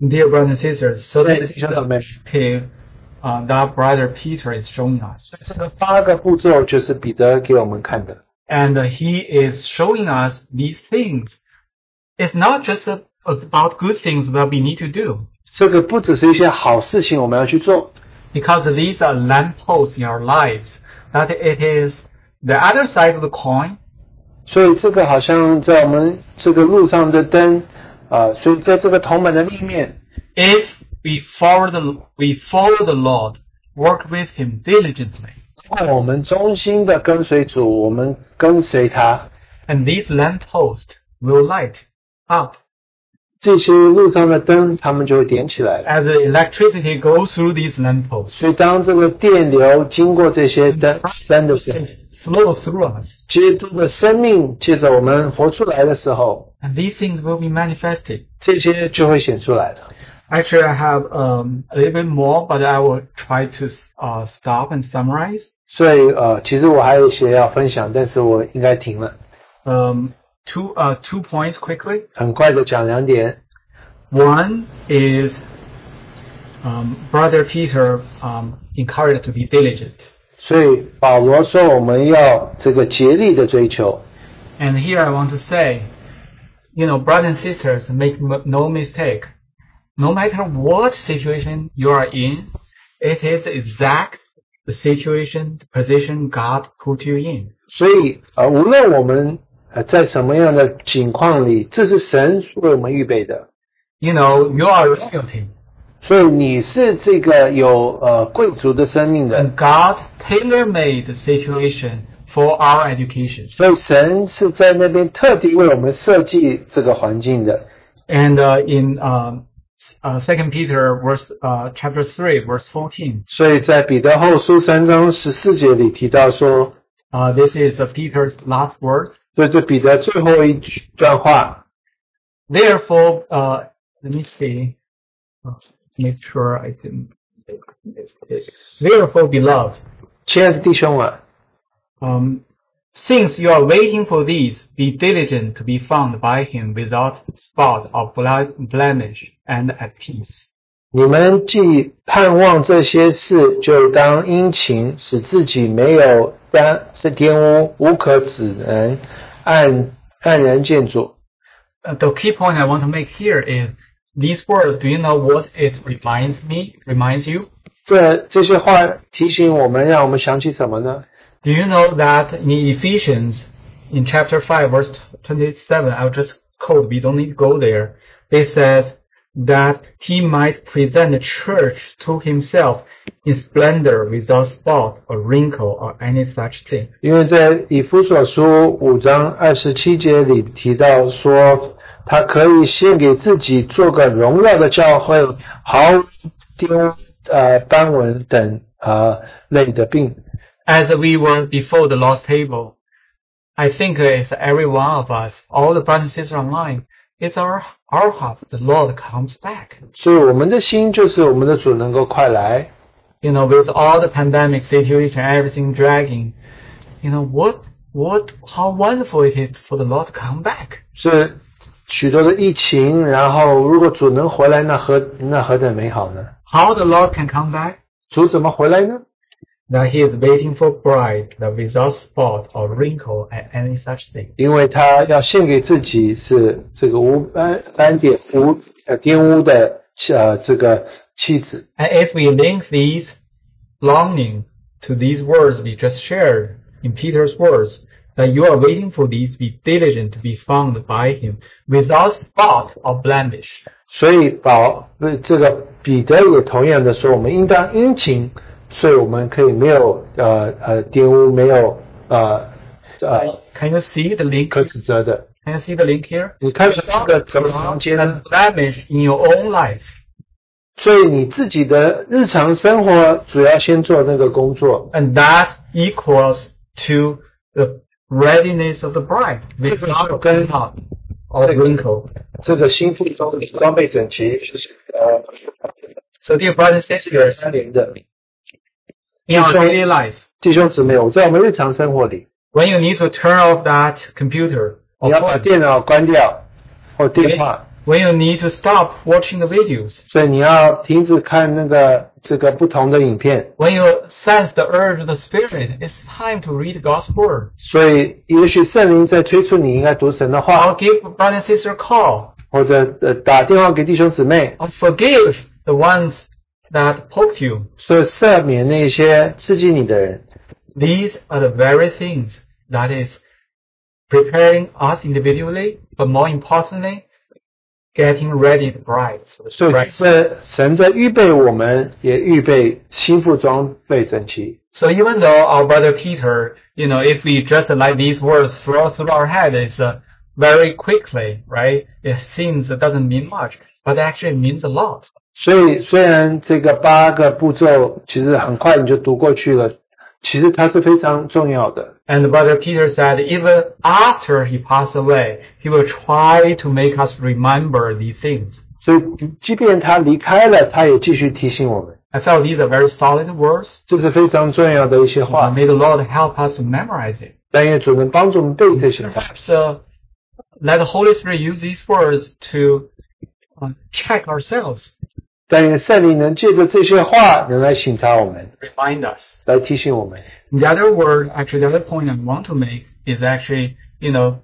Speaker 2: Dear brothers and sisters, so
Speaker 1: 对
Speaker 2: this，is
Speaker 1: 兄弟
Speaker 2: the
Speaker 1: 们，
Speaker 2: perspective uh, that Brother Peter is showing us.
Speaker 1: 这个八个步骤就是彼得给我们看的。
Speaker 2: And uh, he is showing us these things. It's not just a, about good things that we need to do,
Speaker 1: 这个不只是一些好事情我们要去做，
Speaker 2: because these are lampposts in our lives, that it is the other side of the coin.
Speaker 1: 所以这个好像在我们这个路上的灯啊、所以在这个铜板的立面，
Speaker 2: If we follow the, we follow the Lord, work with him diligently.
Speaker 1: 如果我们忠心的跟随主，我们跟随他，
Speaker 2: and these lampposts will light up
Speaker 1: 这些路上的灯他们就会点起来了。
Speaker 2: as the electricity goes through these lampposts.
Speaker 1: 所以当这个电流经过这些灯灯的时候，
Speaker 2: It flow through us,
Speaker 1: 基督的生命借着我们活出来的时候，
Speaker 2: and these things will be manifested.
Speaker 1: 这些就会显出来了。
Speaker 2: Actually, I have um, a little bit more, but I will try to uh, stop and summarize.
Speaker 1: 所以呃，其实我还有一些要分享，但是我应该停了，
Speaker 2: Um, two uh, two points quickly.
Speaker 1: 很快的讲两点。
Speaker 2: One is um, Brother Peter um, encouraged to be diligent,
Speaker 1: 所以保罗说我们要这个竭力的追求，
Speaker 2: and here I want to say, you know, brothers and sisters, make m- no mistake. No matter what situation you are in, it is exact the situation, the position God put you in.
Speaker 1: 所以呃，无论我们呃，在什么样的情况里，这是神为我们预备的。
Speaker 2: You know, you are royalty,
Speaker 1: 所以你是这个有呃贵族的生命的，
Speaker 2: and God tailor-made the situation for our education.
Speaker 1: 所以神是在那边特地为我们设计这个环境的。
Speaker 2: And uh, in um, uh, Second Peter, verse uh, chapter three, verse fourteen,
Speaker 1: 所以在彼得后书三章十四节里提到说，
Speaker 2: uh, this is uh, Peter's last word.
Speaker 1: 所以这彼得最后一段话，
Speaker 2: Therefore, uh, let me see, Uh, make sure I didn't make a mistake. Therefore, beloved,
Speaker 1: 亲爱的弟兄啊，
Speaker 2: um, since you are waiting for these, be diligent to be found by him without spot or bla- blemish and at peace.
Speaker 1: 你们既盼望这些事，就当殷勤，使自己没有担是玷污，无可指能，按按人见主。
Speaker 2: Uh, the key point I want to make here is these words. Do you know what it reminds me? Reminds you?
Speaker 1: 这这些话提醒我们，让我们想起什么呢？
Speaker 2: Do you know that in Ephesians, in chapter 5, verse 27, I'll just quote, we don't need to go there. It says that he might present the church to himself in splendor without spot or wrinkle or any such thing.
Speaker 1: 因为在以弗所书五章二十七节里提到说，他可以献给自己做个荣耀的教会，毫无玷污、呃斑纹等呃类的病。
Speaker 2: As we were before the Lord's table, I think it's every one of us, all the brothers and sisters online, it's our, our heart. The Lord comes back.
Speaker 1: 所以我们的心就是我们的主能够快来。
Speaker 2: you know, with all the pandemic situation, everything dragging, you know, what, what, how wonderful it is for the Lord to come back.
Speaker 1: 是许多的疫情，然后如果主能回来，那何那何等美好呢？
Speaker 2: How the Lord can come back?
Speaker 1: 主怎么回来呢？
Speaker 2: That He is waiting for bride that without spot or wrinkle and any such thing.
Speaker 1: 因为他要献给自己是这个无斑斑点无呃玷污的呃这个妻子。
Speaker 2: And if we link these longing to these words we just shared in Peter's words, that you are waiting for these to be diligent to be found by Him without spot or blemish.
Speaker 1: 所以保呃这个彼得也同样的说，我们应当殷勤，所以我们可以没有呃呃玷污，没有呃呃
Speaker 2: Can you see the link?
Speaker 1: 可指责的。
Speaker 2: Can you see the link here?
Speaker 1: 你看这个怎么房间呢？
Speaker 2: blemish in your own life.
Speaker 1: 所以你自己的日常生活主要先做那个工作，
Speaker 2: And that equals to the readiness of the bride. This is not a
Speaker 1: Okay.
Speaker 2: wrinkle or wrinkle.
Speaker 1: 这个心腹装装备整齐，呃，
Speaker 2: So dear brothers and
Speaker 1: 这是有
Speaker 2: sisters,
Speaker 1: 三连的。
Speaker 2: in our
Speaker 1: So-
Speaker 2: daily life,
Speaker 1: 弟兄姊妹，我在我们日常生活里，
Speaker 2: when you need to turn off that computer
Speaker 1: 你
Speaker 2: or
Speaker 1: 要把
Speaker 2: phone,
Speaker 1: 电脑关掉或电
Speaker 2: when,
Speaker 1: 话，
Speaker 2: when you need to stop watching the videos,
Speaker 1: 所以你要停止看那个这个不同的影片。
Speaker 2: when you sense the urge of the spirit, it's time to read God's word.
Speaker 1: 所以，也许圣灵在催促你应该读神的
Speaker 2: Or
Speaker 1: 话，
Speaker 2: give brother and sister a call.
Speaker 1: 或者呃打电话给弟兄姊妹，
Speaker 2: Or forgive the ones that poked you.
Speaker 1: 所以赦免那些刺激你的人。
Speaker 2: These are the very things that is preparing us individually, but more importantly, getting ready the bride. for the
Speaker 1: 所以
Speaker 2: bride.
Speaker 1: 这神在预备我们，也预备心腹装备整齐。
Speaker 2: So even though our brother Peter, you know, if we just like these words flow through our head, it's uh, very quickly, right? It seems it doesn't mean much, but actually it means a lot.
Speaker 1: 所以虽然这个八个步骤其实很快你就读过去了，其实它是非常重要的。
Speaker 2: And brother Peter said, even after he passed away, he will try to make us remember these things.
Speaker 1: 所以即便他离开了，他也继续提醒我们，
Speaker 2: I felt these are very solid words.
Speaker 1: 这是非常重要的一些
Speaker 2: Uh,
Speaker 1: 话。
Speaker 2: may the Lord help us to memorize it.
Speaker 1: 但愿主能帮助我们背这些话，
Speaker 2: Perhaps uh, let the Holy Spirit use these words to uh, check ourselves,
Speaker 1: 但愿圣灵能借着这些话能来省察我们，
Speaker 2: remind us.
Speaker 1: 来提醒我们。
Speaker 2: The other word, actually, the other point I want to make is actually, you know,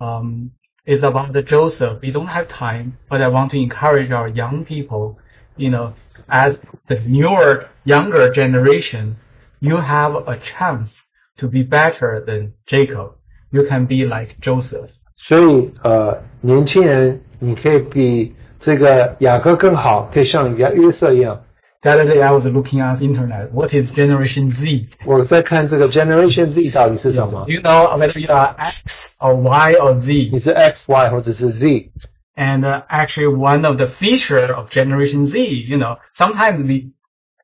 Speaker 2: um, is about the Joseph. We don't have time, but I want to encourage our young people, you know, as the newer, younger generation, you have a chance to be better than Jacob. you can be like Joseph.
Speaker 1: 所以呃，年轻人，你可以比这个雅各更好，可以像约约瑟一样。
Speaker 2: The other day I was looking at internet. What is Generation Z?
Speaker 1: 我在看这个 Generation Z 到底是什么
Speaker 2: Do？you know whether you are X or Y or Z?
Speaker 1: 你是 X、Y 或者是 Z？
Speaker 2: And uh, actually, one of the feature of Generation Z, you know, sometimes we,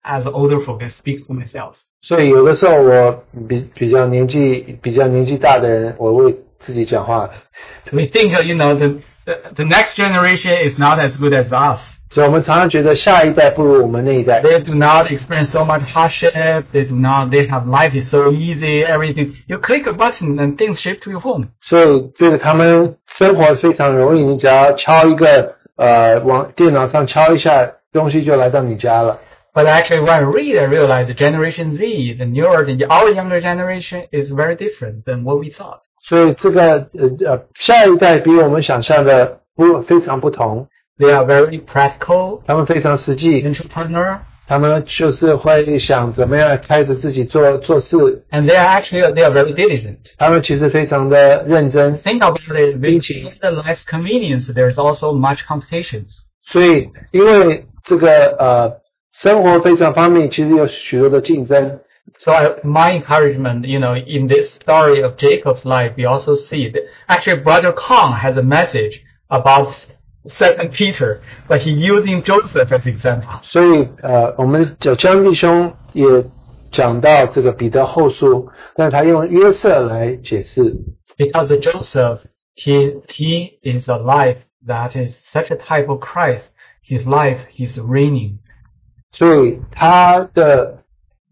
Speaker 2: as older folk, I speak for myself.
Speaker 1: 所以有的时候我比比较年纪比较年纪大的人，我为自己讲话，
Speaker 2: We think, uh, you know, the, the the next generation is not as good as us.
Speaker 1: 所以我们常常觉得下一代不如我们那一代。
Speaker 2: They do not experience so much hardship. They do not. They have life is so easy. Everything. You click a button and things ship to your home.
Speaker 1: 所以这个他们生活非常容易，你只要敲一个呃往电脑上敲一下，东西就来到你家了。
Speaker 2: But actually, when I read, I realize the Generation Z, the newer, the, our younger generation, is very different than what we thought.
Speaker 1: 所以这个呃呃下一代比我们想象的不非常不同，
Speaker 2: They are very practical,
Speaker 1: 他们非常实际，
Speaker 2: entrepreneur,
Speaker 1: 他们就是会想怎么样开始自己做做事，
Speaker 2: and they are actually they are very diligent.
Speaker 1: 他们其实非常的认真，
Speaker 2: Think about it. With
Speaker 1: Teaching.
Speaker 2: the life's convenience, there's also much competitions.
Speaker 1: 所以因为这个呃生活非常方面，其实有许多的竞争，
Speaker 2: So I, my encouragement, you know, in this story of Jacob's life, we also see that actually Brother Kong has a message about Second Peter, but he using Joseph as example.
Speaker 1: 所以呃我们九江弟兄也讲到这个彼得后书，但他用约瑟来解释，
Speaker 2: Because of Joseph, he, he is a life that is such a type of Christ. His life, he's reigning.
Speaker 1: 所以他的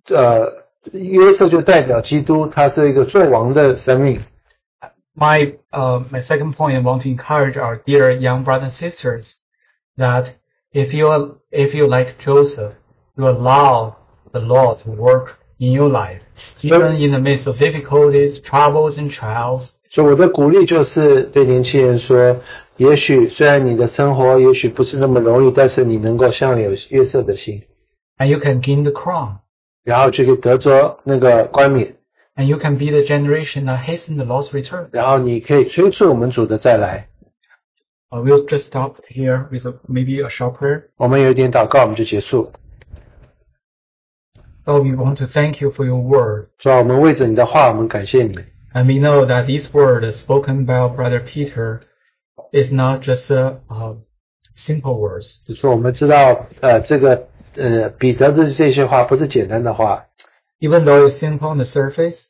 Speaker 1: 呃约瑟就代表基督，他是一个最王的生命。
Speaker 2: my uh, my second point, I want to encourage our dear young brothers and sisters that if you are, if you like Joseph, you allow the Lord to work in your life, even in the midst of difficulties, troubles, and trials.
Speaker 1: 所以我的鼓励就是对年轻人说，也许虽然你的生活也许不是那么容易，但是你能够像有约瑟的心，
Speaker 2: And you can gain the crown,
Speaker 1: 然后去给得着那个冠冕，
Speaker 2: and you can be the generation that hasten the Lord's return.
Speaker 1: 然后你可以催促我们主的再来。
Speaker 2: I will Uh, just stop here with a, maybe a short prayer.
Speaker 1: 我们有一点祷告，我们就结束。
Speaker 2: Lord, Oh, we want to thank you for your word,
Speaker 1: 主啊，我们为着你的话，我们感谢你。
Speaker 2: and we know that this word spoken by our brother Peter is not just a. Uh, simple words.
Speaker 1: 就是我们知道，呃，这个呃彼得的这些话不是简单的话，
Speaker 2: Even though it's simple on the surface,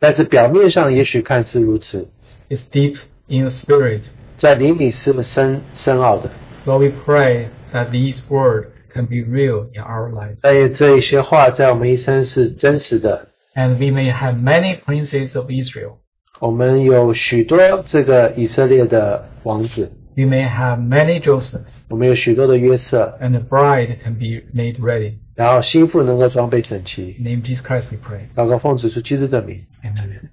Speaker 1: 但是表面上也许看似如此，
Speaker 2: it's deep in your spirit.
Speaker 1: 在灵里是深深奥的。
Speaker 2: Lord, we pray that these words can be real in our lives.
Speaker 1: 但愿这一些话在我们一生是真实的。
Speaker 2: And we may have many princes of Israel.
Speaker 1: 我们有许多这个以色列的王子，
Speaker 2: We may have many Joseph,
Speaker 1: 我们有许多的约瑟，
Speaker 2: and the bride can be made ready.
Speaker 1: 然后心腹能够装备整齐
Speaker 2: In。the name of Jesus Christ, we pray.
Speaker 1: 祷告奉主是基督的名。
Speaker 2: Amen.